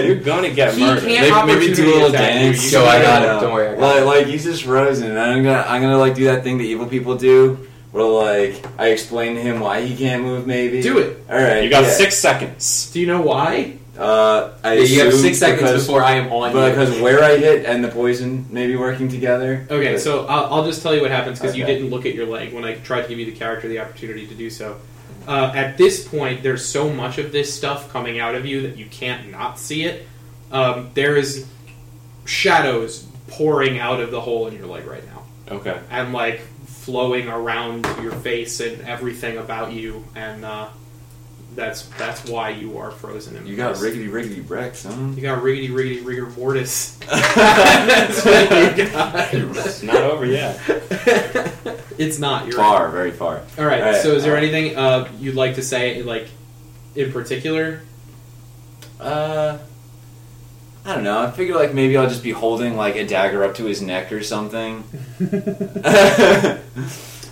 B: [LAUGHS] You're gonna get
A: He
B: murdered.
A: can't-
D: Maybe, maybe do a little
A: Opportunity attack.
D: dance.
A: You
C: Joe, I got
D: Yeah.
C: him. Don't worry. I got
D: Like, like he's just frozen, and I'm gonna, I'm gonna like do that thing that evil people do, where like I explain to him why he can't move. Maybe
A: Do it.
D: All right,
B: You got
D: yeah.
B: six seconds.
A: Do you know why?
D: Uh, I
C: him. You have
D: assume
C: six seconds
D: because,
C: before I am on you.
D: because where I hit and the poison maybe working together.
A: Okay,
D: But-
A: so I'll, I'll just tell you what happens because you
D: Okay.
A: didn't look at your leg when I tried to give you the character the opportunity to do so. Uh, at this point, there's so much of this stuff coming out of you that you can't not see it. Um, there is shadows, pouring out of the hole in your leg right now
B: Okay.
A: and like flowing around your face and everything about you, and uh, that's that's why you are frozen. In
D: You got
A: place.
D: riggedy riggedy wrecked,
C: [LAUGHS]
D: son.
A: you got riggedy riggedy rigor mortis. [LAUGHS] That's what you
B: It's not over yet.
A: got. it's not. You're
D: far, very far.
A: All right.
D: All right,
A: So, is there
D: all right.
A: anything uh, you'd like to say, like in particular?
D: Uh, I don't know. I figure like maybe I'll just be holding like a dagger up to his neck or something. [LAUGHS]
A: Mm-hmm,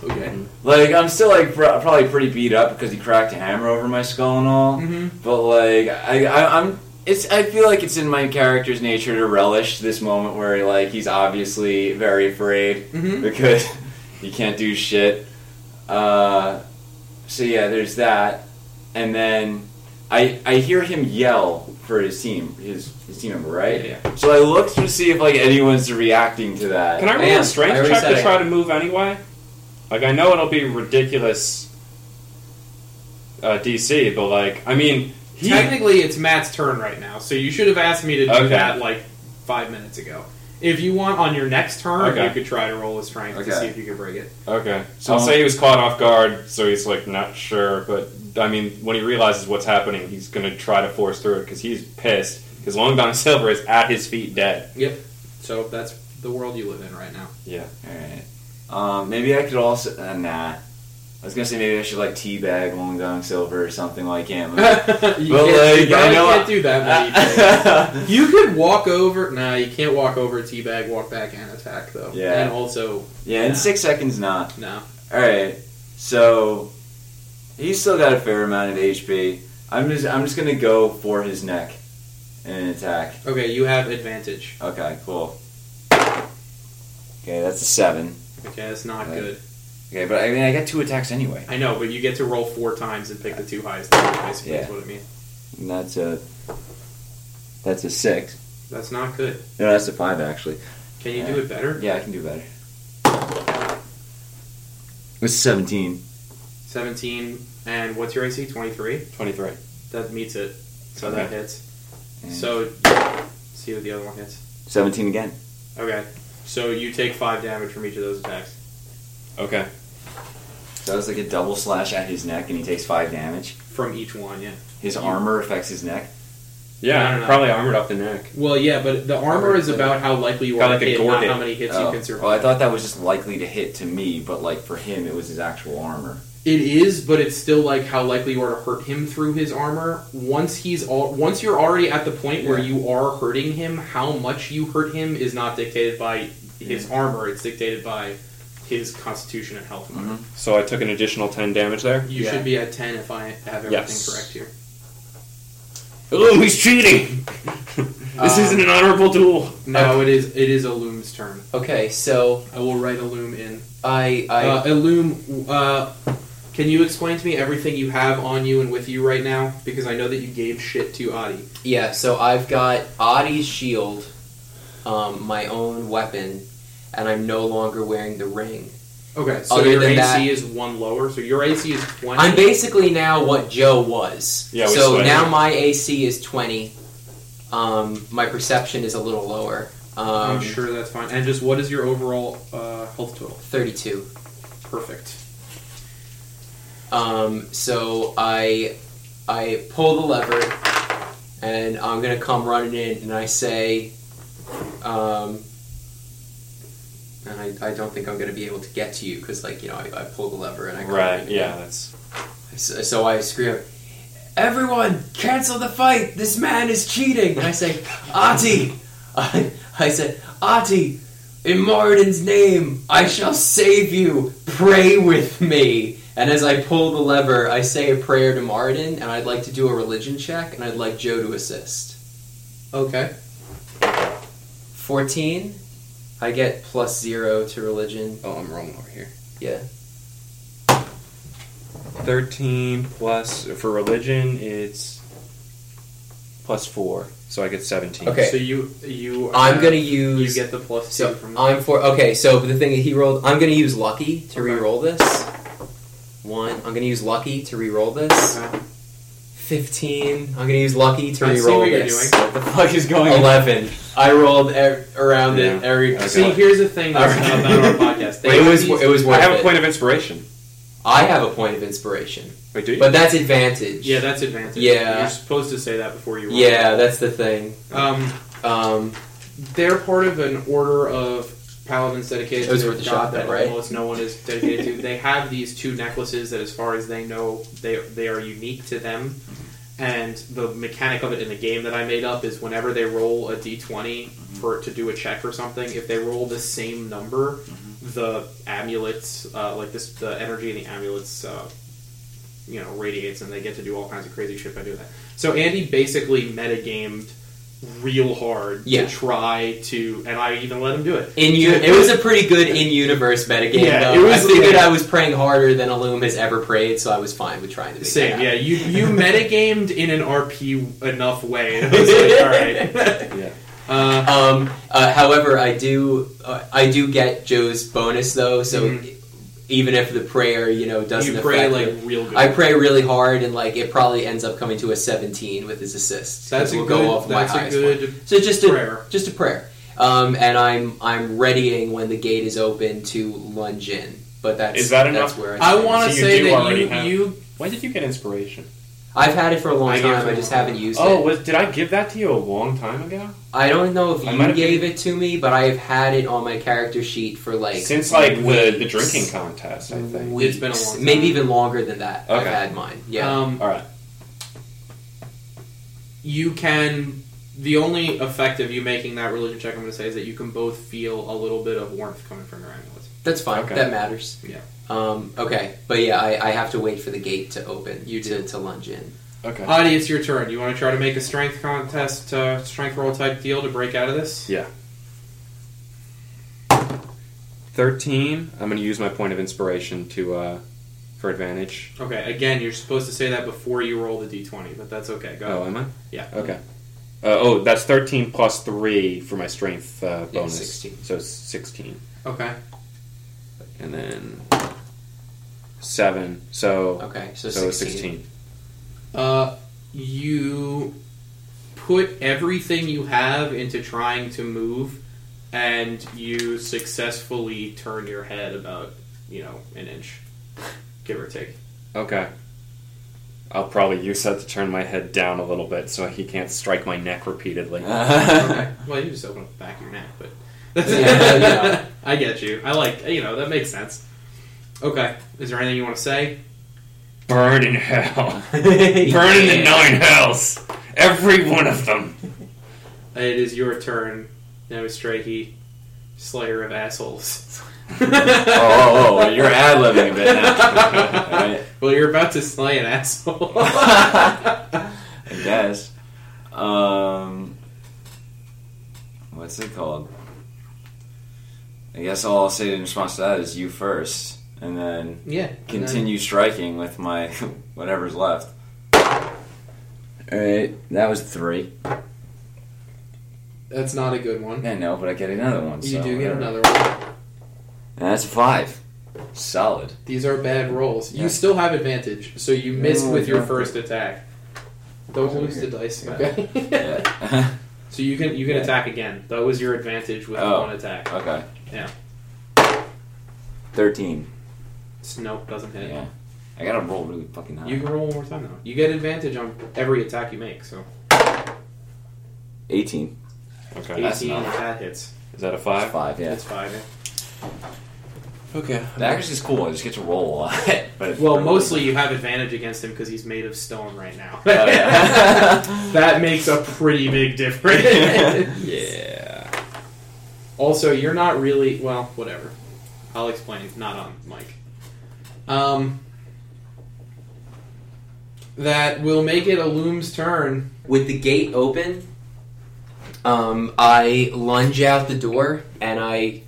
A: Okay.
D: like I'm still like pr- probably pretty beat up because he cracked a hammer over my skull and all.
A: Mm-hmm.
D: But like I, I I'm it's I feel like it's in my character's nature to relish this moment where like he's obviously very afraid
A: Mm-hmm.
D: because you can't do shit. Uh, so yeah, there's that, and then I I hear him yell for his team, his his team member, right?
A: Yeah,
D: So I look to see if like anyone's reacting to that.
B: Can I roll
C: Man,
B: a
C: I
B: strength
C: already
B: check
C: said
B: to
C: I-
B: try to move anyway? Like I know it'll be ridiculous uh, DC, but like I mean, he
A: Technically, it's Matt's turn right now, so you should have asked me to do
B: Okay.
A: that like five minutes ago. If you want, on your next turn,
B: Okay.
A: you could try to roll a strength
D: Okay.
A: to see if you can break it.
B: okay.
D: So-
B: I'll say he was caught off guard, so he's like not sure. But I mean, when he realizes what's happening, he's gonna try to force through it because he's pissed. Because Long Don Silver is at his feet dead.
A: So that's the world you live in right
D: [LAUGHS]
A: now.
B: Yeah.
D: Alright. Um, maybe I could also. Uh, nah. I was gonna say maybe I should like teabag Long Dong Silver or something like
A: [LAUGHS]
D: him.
A: you can't, you
D: like,
A: probably
D: I know-
A: can't do that.
D: [LAUGHS]
A: many things. you could walk over. Nah, you can't walk over a teabag, walk back, and attack though.
D: Yeah.
A: And also,
D: yeah, in six seconds, not.
A: no.
D: All right, so he's still got a fair amount of HP. I'm just I'm just gonna go for his neck in an attack.
A: Okay, you have advantage.
D: Okay, cool. Okay, that's a seven.
A: Okay, that's not
D: Right.
A: good.
D: Okay, but I mean I got two attacks anyway.
A: I know, but you get to roll four times and pick the two highest. Basically,
D: Yeah.
A: is what it means.
D: And that's a that's a six.
A: That's not good.
D: No, that's a five actually.
A: Can you
D: Yeah.
A: do it better?
D: Yeah, I can do better. It's seventeen.
A: Seventeen. And what's your AC? Twenty-three.
B: Twenty-three.
A: That meets it. So that hits.
D: Yeah.
A: So see what the other one hits.
D: seventeen again.
A: Okay. So you take five damage from each of those attacks.
B: Okay.
D: So that was like a double slash at his neck, and he takes five damage.
A: From each one, yeah.
D: His armor affects his neck.
A: No,
B: Yeah,
A: no, no.
B: probably armored up the neck.
A: Well, yeah, but the armor is about how likely you
B: Got
A: are
B: like a
A: to hit,
B: gore
A: not
B: hit.
A: how many hits you
D: oh.
A: can survive.
D: Well, I thought that was just likely to hit to me, but like for him, it was his actual [LAUGHS] armor.
A: It is, but it's still like how likely you are to hurt him through his armor. Once he's all, once you're already at the point where
D: Yeah.
A: you are hurting him, how much you hurt him is not dictated by his armor. It's dictated by his constitution and health. modifier.
B: So I took an additional ten damage there.
A: You
D: Yeah.
A: should be at ten if I have everything
B: Yes.
A: correct here.
B: Oh, he's cheating! [LAUGHS] this
A: Um,
B: isn't an honorable duel.
A: No, it is it is Illum's turn.
C: Okay, so
A: I will write Illum in.
C: I I
A: Uh, Illum, uh, can you explain to me everything you have on you and with you right now? Because I know that you gave shit to Adi.
C: yeah, so I've got Adi's shield, um, my own weapon, and I'm no longer wearing the ring.
A: Okay, so
C: Other
A: your
C: than
A: AC
C: that-
A: is one lower, so your AC is 20.
C: I'm basically now what Joe was.
B: Yeah, we
C: so
B: split.
C: now my AC is 20. Um, my perception is a little lower. Um,
A: I'm sure that's fine. And just what is your overall uh, health total?
C: 32.
A: Perfect.
C: Um, so I I pull the lever, and I'm gonna come running in, and I say, um, and I, I don't think I'm gonna be able to get to you because like you know I, I pull the lever and I go
B: Right, yeah, that's.
C: So, so I scream, everyone cancel the fight! This man is cheating! And I say, Ati, I, I said, Ati, in Moradin's name, I shall save you. Pray with me. And as I pull the lever, I say a prayer to Moradin, and I'd like to do a religion check, and I'd like Joe to assist.
A: Okay.
C: 14. I get plus zero to religion.
A: Oh, I'm wrong over here.
C: Yeah.
B: 13 plus. For religion, it's. Plus 4, so I get 17.
C: Okay.
A: So you you
C: I'm gonna
A: you
C: use.
A: get the plus two
C: So
A: from that.
C: I'm for okay. So the thing that he rolled, I'm gonna use lucky to re-roll this. One, I'm gonna use lucky to re-roll this.
A: Okay.
C: 15. I'm going to use lucky to
A: I see
C: re-roll
A: what you're
C: this.
A: doing.
D: What the fuck is going on? [LAUGHS]
C: 11. I rolled er- around it
B: Yeah.
C: every.
B: Okay.
A: See, here's the thing that's
C: All right.
A: not
C: [LAUGHS]
A: about our podcast. They
C: But it was
A: these-
C: it was
B: I
C: worth
B: have a
C: it.
B: point of inspiration.
C: I have a point of inspiration,
B: Wait, do you?
C: but that's advantage.
A: yeah, that's advantage.
C: Yeah.
A: you're supposed to say that before you. roll.
C: yeah, that's the thing.
A: Um,
C: Um,
A: they're part of an order of paladins dedicated
C: Those
A: to
C: were
A: their
C: the
A: god
C: shot
A: that
C: then, right?
A: almost no one is dedicated to. They have these two necklaces that, as far as they know, they they are unique to them. And the mechanic of it in the game that I made up is whenever they roll a d20 for to do a check or something, if they roll the same number, the amulets, uh, like this, the energy in the amulets, uh, you know, radiates, and they get to do all kinds of crazy shit by doing that. So Andy basically metagamed real hard
C: Yeah.
A: to try to, and I even let him do it.
C: in u- it was a pretty good in-universe metagame.
A: Yeah,
C: though.
A: it was-
C: I figured
A: yeah.
C: I was praying harder than Illum has ever prayed, so I was fine with trying to make
A: Same,
C: that
A: yeah. You
C: [LAUGHS]
A: you metagamed in an RP enough way. And I was like, all right.
C: happen.
B: yeah.
A: Uh,
C: Um, uh, however, I do uh, I do get Joe's bonus though, so
A: Mhm.
C: even if the prayer you know doesn't
A: you pray
C: affect
A: like
C: it,
A: real good.
C: I pray really hard and like it probably ends up coming to a 17 with his assist.
A: that's a
C: will
A: good.
C: go off my
A: that's a
C: highest
A: good
C: one. So just a
A: prayer.
C: just a prayer. Um, and I'm I'm readying when the gate is open to lunge in. But that's
B: Is that
C: that's
B: enough?
C: where it's
A: I want
B: So
A: to
B: you
A: say
B: do
A: that
B: already
A: you
B: have-
A: you
B: When did you get inspiration?
C: I've had it for a long
A: I gave
C: time.
A: it
C: I
A: a
C: just
A: long
C: haven't used
B: Oh,
C: it.
B: was, did I give that to you a long time ago?
C: I don't know if
B: I might
C: you
B: have
C: gave it to me, but I have had it on my character sheet for like
B: Since like the, the
C: weeks.
B: drinking contest, I think.
C: Weeks.
A: It's been a long time.
C: Maybe even longer than that. I've
B: Okay.
C: had mine. Yeah.
A: um,
B: All right.
A: you can the only effect of you making that religion check i'm going to say is that you can both feel a little bit of warmth coming from your amulets
C: That's fine.
B: Okay.
C: That matters.
A: Yeah.
C: Um, okay. But yeah, I, I have to wait for the gate to open.
A: You
C: to, to lunge in.
B: Okay.
A: Adi, it's your turn. You want to try to make a strength contest, uh, strength roll type deal to break out of this?
B: Yeah. 13. I'm going to use my point of inspiration to uh, for advantage.
A: Okay, again, you're supposed to say that before you roll the d20, but that's okay. Go
B: Oh,
A: ahead.
B: am I?
A: Yeah.
B: Okay. Uh, oh, that's 13 plus 3 for my strength uh,
C: Yeah,
B: bonus.
C: 16.
B: So it's 16.
A: Okay.
B: And then 7. So,
C: Okay. So,
B: so it's
C: 16.
B: 16.
A: Uh, you put everything you have into trying to move, and you successfully turn your head about, you know, an inch, give or take.
B: Okay. I'll probably use that to turn my head down a little bit so he can't strike my neck repeatedly.
D: oh,
A: okay. [LAUGHS] Well, you just open up the back of your neck, but [LAUGHS]
C: Yeah, yeah.
A: I get you. I like you know that makes sense. Okay, is there anything you want to say?
B: Burn in [LAUGHS] hell.
C: [LAUGHS]
B: Burn in the
A: [LAUGHS]
C: Yeah.
B: nine hells. Every one of them.
A: It is your turn, now Strahi, Slayer of
D: [LAUGHS]
A: assholes.
D: oh,
A: [LAUGHS]
D: oh, you're ad libbing a bit now. [LAUGHS] Alright,
A: Well, you're about to slay an
D: [LAUGHS]
A: asshole. [LAUGHS]
D: I guess. Um, what's it called? I guess all I'll say in response to that is you first, and then
A: yeah.
D: continue striking with my [LAUGHS] whatever's left. Alright, that was three.
A: That's not a good one.
D: I know, but I get another one.
A: You
D: so
A: do get
D: whatever.
A: another one.
D: And that's five. Solid.
A: These are bad rolls.
D: Yeah.
A: You still have advantage, so you missed
D: No,
A: with your
D: yeah.
A: first attack. Don't
D: Oh,
A: lose
D: yeah.
A: the dice.
D: Yeah.
A: Okay. [LAUGHS]
D: [LAUGHS] Yeah.
A: so you can you can
D: Yeah.
A: attack again. That was your advantage with
D: Oh.
A: one attack.
D: okay.
A: Yeah.
D: [LAUGHS] Thirteen.
A: Snow doesn't hit.
D: Yeah. I gotta roll really fucking high.
A: You can roll one more time though. You get advantage on every attack you make. So
D: Eighteen.
B: Okay.
D: That's
A: eighteen
D: enough.
A: if that hits.
B: Is that a
D: Five.
B: five?
D: Five. Yeah.
A: It's five. yeah.
B: Okay.
D: That actually is cool. I just get to roll a lot. [LAUGHS] but it's
A: Well,
D: really-
A: mostly you have advantage against him because he's made of stone right now.
D: [LAUGHS] Oh, yeah.
A: [LAUGHS] that makes a pretty big difference.
D: [LAUGHS] yeah.
A: also, you're not really well. Whatever. I'll explain. Not on mic. Um. That will make it a loom's turn.
C: With the gate open, um, I lunge out the door and I.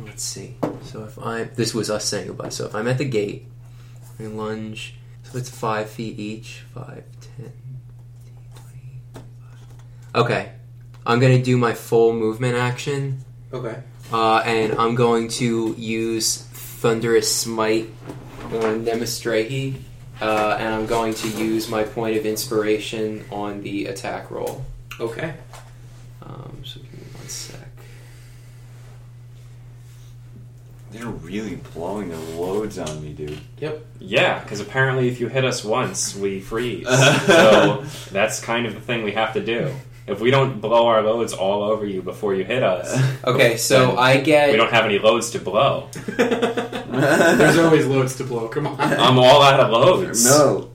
C: Let's see. So if I. This was us saying goodbye. So if I'm at the gate, I lunge. So it's five feet each. Five, ten, twenty. Okay. I'm going to do my full movement action.
A: Okay.
C: Uh, and I'm going to use Thunderous Smite on Nemistrahi uh, and I'm going to use my point of inspiration on the attack roll.
A: Okay.
C: Um, so give me one sec.
D: They're really blowing their loads on me, [LAUGHS] dude.
B: Yeah, because apparently if you hit us once, we [LAUGHS] freeze. so that's kind of the thing we have to do. If we don't blow our loads all over you before you hit us,
C: Okay, so I
B: we
C: get
B: don't have any loads to
C: [LAUGHS]
B: blow.
A: There's always loads to blow. Come on.
B: I'm all out of loads.
D: no.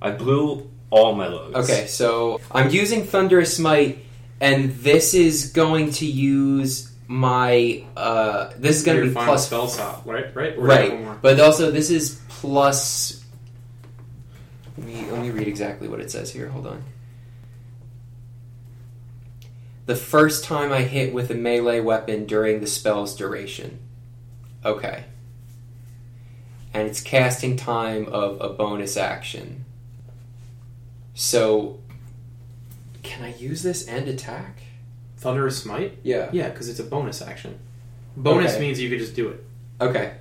B: I blew all my loads.
C: okay, so I'm using thunderous smite, and this is going to use my uh, [LAUGHS] this is going to
A: Your
C: be
A: final
C: plus
A: spell stop, right? Right. Or
C: Right.
A: one more.
C: But also, this is plus. Let me, let me read exactly what it says here. Hold on. The first time I hit with a melee weapon during the spell's duration. Okay. And it's casting time of a bonus action. So, can I use this and attack?
A: Thunderous smite.
C: Yeah.
A: Yeah, because it's a bonus action. Bonus
C: Okay.
A: means you could just do it.
C: Okay.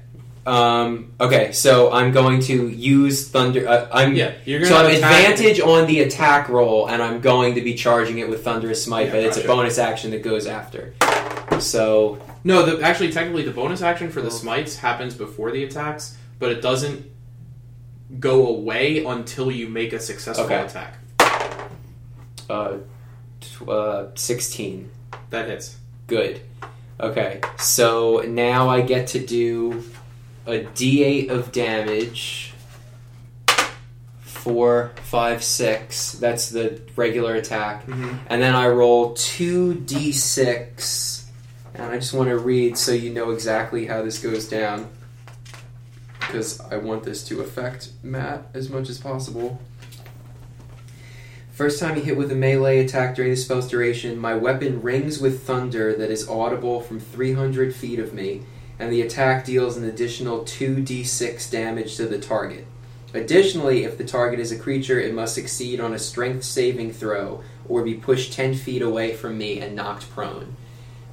C: Um, okay, so I'm going to use thunder. Uh, I'm
A: Yeah, you're gonna
C: so I'm
A: attack-
C: advantage on the attack roll, and I'm going to be charging it with thunderous smite,
A: Yeah,
C: but it's a
A: gotcha.
C: bonus action that goes after. So
A: No, the, actually, technically, the bonus action for
C: Oh.
A: the smites happens before the attacks, but it doesn't go away until you make a successful
C: Okay.
A: attack.
C: uh, tw- uh, sixteen,
A: That hits.
C: good. Okay, so now I get to do a D8 of damage. Four, five, six. That's the regular attack. and then I roll 2d6. And I just want to read so you know exactly how this goes down. Because I want this to affect Matt as much as possible. First time you hit with a melee attack during the spell's duration, my weapon rings with thunder that is audible from 300 feet of me, and the attack deals an additional 2d6 damage to the target. Additionally, if the target is a creature, it must succeed on a strength saving throw or be pushed 10 feet away from me and knocked prone.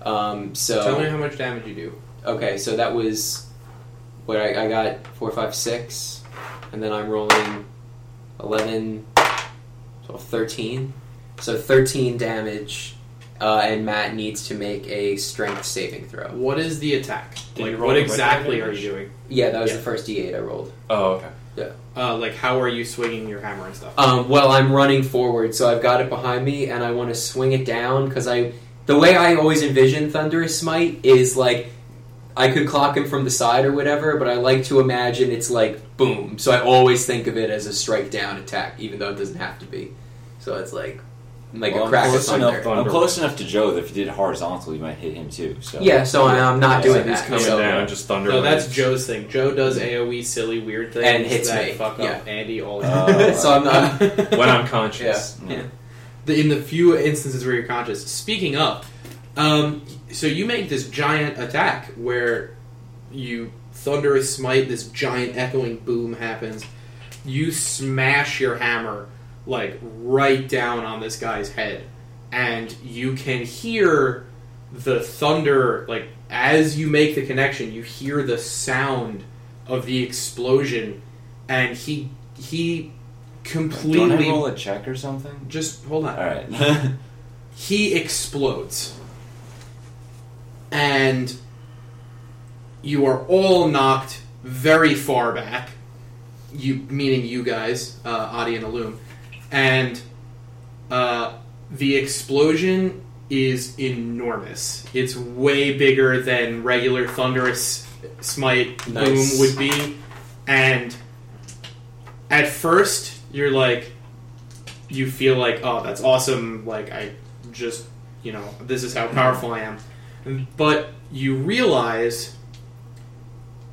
C: Um, so
A: Tell me how much damage you do.
C: Okay, so that was what I, I got four, five, six, and then I'm rolling 11, 12, 13. So 13 damage, uh, and Matt needs to make a strength saving throw.
A: What is the attack?
B: Did you
A: like,
B: roll
A: what
B: the
A: exactly are
B: weapon
A: you doing?
C: Yeah, that was
A: Yeah.
C: the first d8 I rolled.
B: Oh, okay.
A: Uh, like, how are you swinging your hammer and stuff?
C: Um, well, I'm running forward, so I've got it behind me, and I want to swing it down because I. The way I always envision Thunderous Smite is like I could clock him from the side or whatever, but I like to imagine it's like boom. So I always think of it as a strike down attack, even though it doesn't have to be. So it's like like
D: Well,
C: a
D: I'm
C: crack of
D: close
C: thunder.
D: enough- I'm close enough to Joe that if you did it horizontal, you might hit him too. So
C: Yeah, so I- I'm not
D: Yeah,
C: doing
D: he's
C: that.
B: Coming
C: so-
B: down, just thunder.
A: no, that's
B: waves.
A: Joe's thing. Joe does AOE silly weird things
C: And hits
A: that
C: me.
A: fuck
C: Yeah.
A: up Andy all the
D: Uh,
A: time.
C: [LAUGHS] so I'm not.
B: [LAUGHS] When I'm
C: [LAUGHS]
B: conscious.
D: Yeah.
A: the, in the few instances where you're conscious. Speaking of, um, so you make this giant attack where you thunderous smite, this giant echoing boom happens. You smash your hammer like right down on this guy's head, and you can hear the thunder like as you make the connection. You hear the sound of the explosion, and he he
D: Don't I roll
A: completely
D: a check or something?
A: just hold on
D: All right. [LAUGHS]
A: he explodes. And you are all knocked very far back. You, meaning you guys, uh, Adi and Illum, and uh, the explosion is enormous. It's way bigger than regular thunderous smite
C: Nice.
A: boom would be, and at first you're like, you feel like, oh, that's awesome. Like I just, you know, this is how powerful I am. But you realize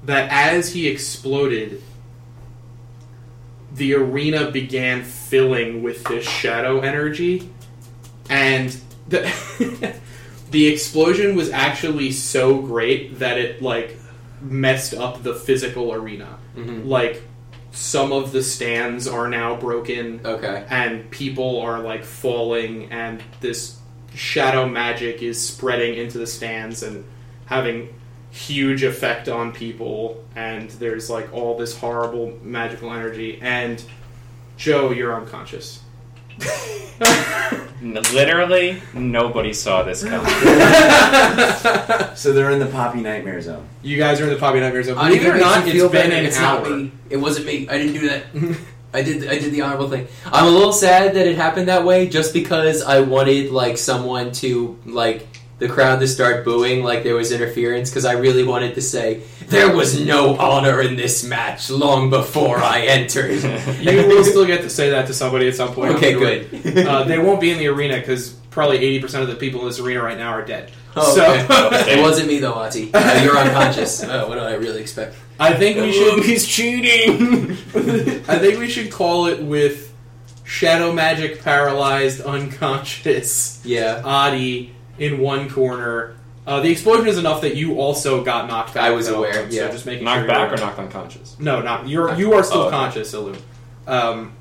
A: that as he exploded, the arena began filling with this shadow energy, and the [LAUGHS] the explosion was actually so great that it like messed up the physical arena.
C: Mhm.
A: Like some of the stands are now broken
C: Okay.
A: and people are like falling and this shadow magic is spreading into the stands and having huge effect on people, and there's like all this horrible magical energy. And Joe, you're unconscious.
B: N- Literally, nobody saw [GASPS] this coming.
D: So they're in the poppy nightmare [LAUGHS] zone.
A: You guys are in the Poppy Nightmare Zone.
C: I
A: Believe it
C: either
A: or
C: not, it's
A: it's been
C: better.
A: an
C: It's
A: hour.
C: not me. It wasn't me. I didn't do that. [LAUGHS] I did. I did the honorable thing. I'm a little sad that it happened that way, just because I wanted like someone to like the crowd to start booing, like there was interference, because I really wanted to say there was no honor in this match long before
A: [LAUGHS]
C: I entered. [LAUGHS]
A: You will still get to say that to somebody at some point.
C: okay,
A: I'm sure.
C: good.
A: Uh, they won't be in the arena because probably 80% of the people in this arena right now are dead.
C: Oh,
A: so
C: it wasn't me though, Ati. Uh, you're unconscious. Uh, what do I really expect?
A: [LAUGHS] I think we
C: [LAUGHS]
A: should.
B: he's cheating.
A: I think we should call it with shadow magic paralyzed unconscious
C: Yeah,
A: Adi in one corner. Uh, the explosion is enough that you also got knocked back.
C: I was
A: though,
C: aware,
A: So
C: yeah.
A: just making sure
B: [LAUGHS] knocked
A: you're
B: back or
A: aware.
B: knocked [LAUGHS] unconscious?
A: No, not you're. You are still
B: Oh, okay.
A: conscious, Ilum. Um,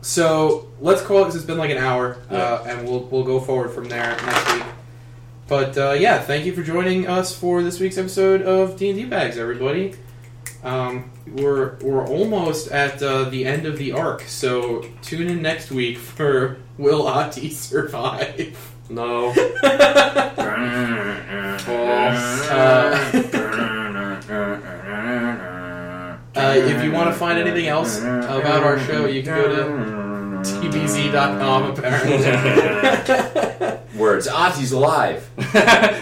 A: so let's call it because it's been like an hour, uh, and we'll we'll go forward from there next week. But uh, yeah, thank you for joining us for this week's episode of D and D Bags, everybody. Um, we're we're almost at uh, the end of the arc, so tune in next week for [LAUGHS] Will Ati survive?
C: no.
A: [LAUGHS] Uh, if you want to find anything else about our show, you can go to tbz.com
C: [LAUGHS]
A: apparently.
D: [LAUGHS] Words. Ati's alive.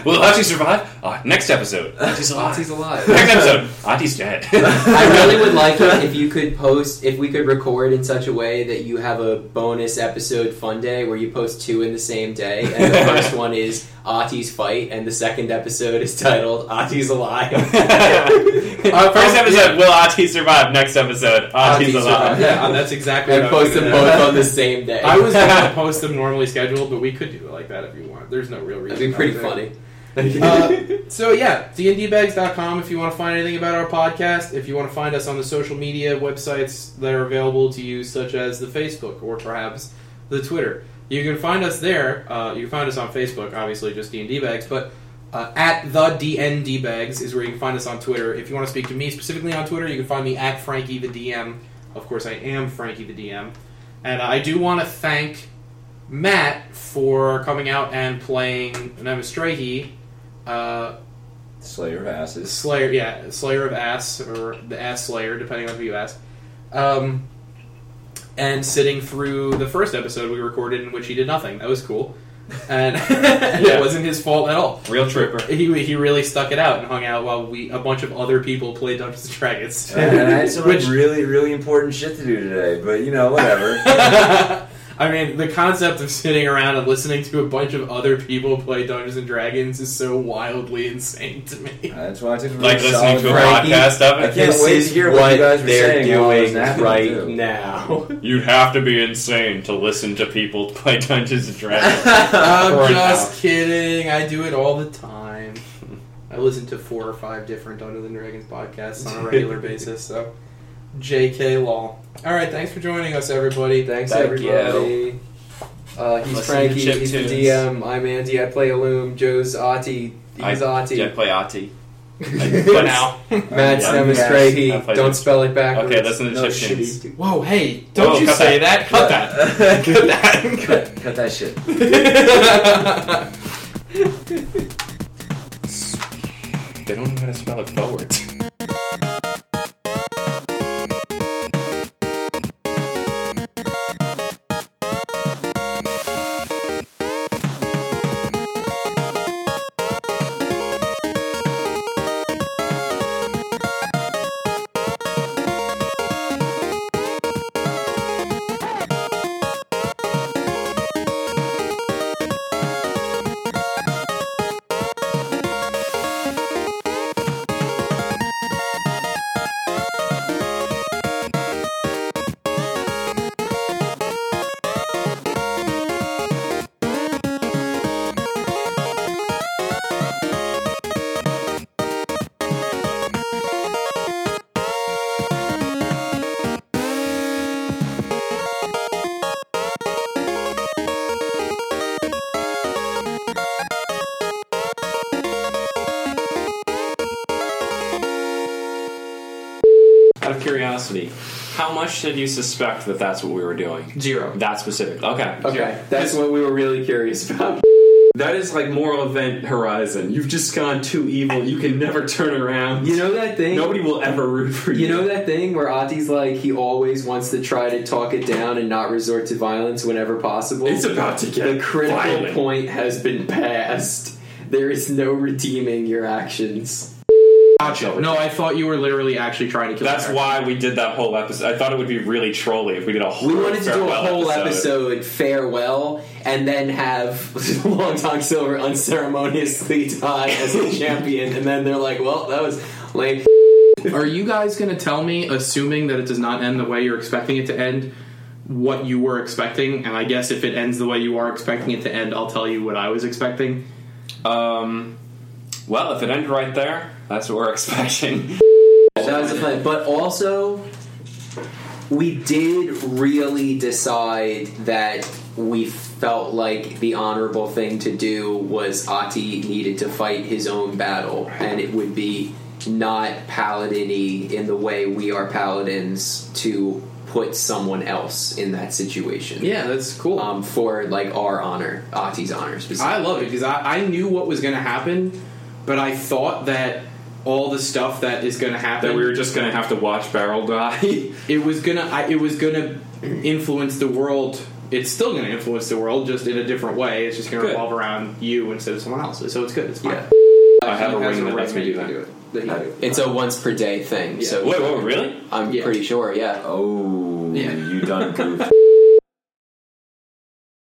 B: Will Ati survive? Uh, next episode. Ati's alive.
D: Ati's
C: [LAUGHS]
D: alive.
B: next episode. Ati's dead.
C: I
B: [LAUGHS]
C: really would like it if you could post, if we could record in such a way that you have a bonus episode fun day where you post two in the same day, and the first one is Ati's fight, and the second episode is titled Ati's alive.
A: [LAUGHS] Uh,
B: First
A: yeah.
B: episode, will Ati survive? Next episode, Ati's
C: Ati
B: alive.
A: [LAUGHS]
C: survive.
A: yeah, that's exactly.
C: [LAUGHS] and
A: what I was
C: post them
A: gonna do.
C: both on the same day.
A: I was going
C: [LAUGHS]
A: to post them normally scheduled, but we could do it like that if you want. There's no real reason.
C: That'd be
A: not
C: pretty
A: to.
C: funny.
A: Uh, so yeah, dndbags.com if you want to find anything about our podcast. If you want to find us on the social media websites that are available to you, such as the Facebook or perhaps the Twitter, you can find us there. Uh, you can find us on Facebook, obviously, just dndbags, but uh, at the dndbags is where you can find us on Twitter. If you want to speak to me specifically on Twitter, you can find me at Frankie the DM. Of course, I am Frankie the DM, and I do want to thank. Matt for coming out and playing Namastrahi uh,
D: Slay your
A: [LAUGHS]
D: asses.
A: Slayer, yeah, Slayer of Ass or the Ass Slayer, depending on who you ask. Um, and sitting through the first episode we recorded in which he did nothing. That was cool, and [LAUGHS]
B: Yeah.
A: it wasn't his fault at all.
B: Real trooper.
A: He, he really stuck it out and hung out while we a bunch of other people played Dungeons and Dragons.
D: And I had
A: [LAUGHS]
D: some
A: Which-
D: really, really important shit to do today, but you know, whatever.
A: [LAUGHS] I mean, the concept of sitting around and listening to a bunch of other people play Dungeons and Dragons is so wildly insane to me.
D: That's why I took a
B: Like
D: really
B: listening
D: solid
B: to a
D: break.
C: Frankie.
B: podcast of
D: I
B: it.
D: can't
C: this
D: wait
C: is
D: to hear
C: what,
D: what you guys were
C: they're
D: saying while I was
C: doing
D: napping,
C: right
D: too.
C: now.
B: You'd have to be insane to listen to people [LAUGHS] play Dungeons and Dragons. [LAUGHS] For
A: I'm
B: an
A: just kidding. I do it all the time. I listen to four or five different Dungeons and Dragons podcasts on a
B: [LAUGHS]
A: regular basis. So, JK Law. All right, thanks for joining us, everybody.
C: Thanks
D: Thank
C: everybody. Uh,
B: Listen
C: he's
B: to
C: Frankie.
B: Chip
C: He's
B: Tunes.
C: the DM. I'm Andy. I play Illum. Joe's Ati. He's Ati.
B: Yeah, play Ati.
A: For
B: But
A: now.
C: Matt's
D: Yeah.
C: Namastrahi.
B: Yes. I play
C: Don't
B: this.
C: spell it backwards.
B: Okay, listen to
C: no,
B: Chip Tunes.
C: shitty.
A: Whoa, hey, don't
B: Whoa,
A: you
B: Oh, cut
A: say that. Cut that.
B: [LAUGHS]
A: Cut that.
D: cut, cut that shit.
A: [LAUGHS]
B: They don't know how to spell it forwards. out of curiosity, how much did you suspect that that's what we were doing?
A: Zero.
B: That specific. Okay.
C: Okay, that's what we were really curious about.
B: That is like moral event horizon. You've just gone too evil. You can never turn around.
C: You know that thing?
B: Nobody will ever root for you.
C: You know that thing where Ati's like he always wants to try to talk it down and not resort to violence whenever possible.
B: it's about to get
C: the critical
B: violent.
C: point has been passed. There is no redeeming your actions.
A: Gotcha. No, I thought you were literally actually trying to kill.
B: That's
A: her.
B: why we did that whole episode. I thought it would be really trolly if we did a whole
C: We wanted to do a
B: farewell
C: whole episode. farewell and then have [LAUGHS] Long Tom Silver unceremoniously [LAUGHS] die as the champion, and then they're like, "Well, that was lame."
A: Are you guys going to tell me, assuming that it does not end the way you're expecting it to end, what you were expecting? And I guess if it ends the way you are expecting it to end, I'll tell you what I was expecting.
B: Um, well, if it ended right there, that's what we're [LAUGHS] expecting.
C: That was the plan. But also, we did really decide that we felt like the honorable thing to do was Ati needed to fight his own battle, and it would be not paladin-y in the way we are paladins to put someone else in that situation.
A: Yeah, that's cool.
C: Um, for like our honor, Ati's honor
A: I
C: specifically.
A: love it because I, I knew what was going to happen, but I thought that all the stuff that is going to happen
B: that we were just going to have to watch Barrel [LAUGHS] die.
A: it was gonna I, it was gonna influence the world it's still gonna influence the world just in a different way it's just gonna
B: Good.
A: revolve around you instead of someone else so it's good it's fine
C: Yeah.
B: I have a
A: Has
B: ring that lets me do
A: you can
B: that.
A: do it. That you
C: it's a once per day thing,
A: Yeah.
C: so
B: Wait, wait, really?
C: I'm
A: Yeah.
C: pretty sure. Yeah.
D: Oh,
A: Yeah.
D: you done goofed.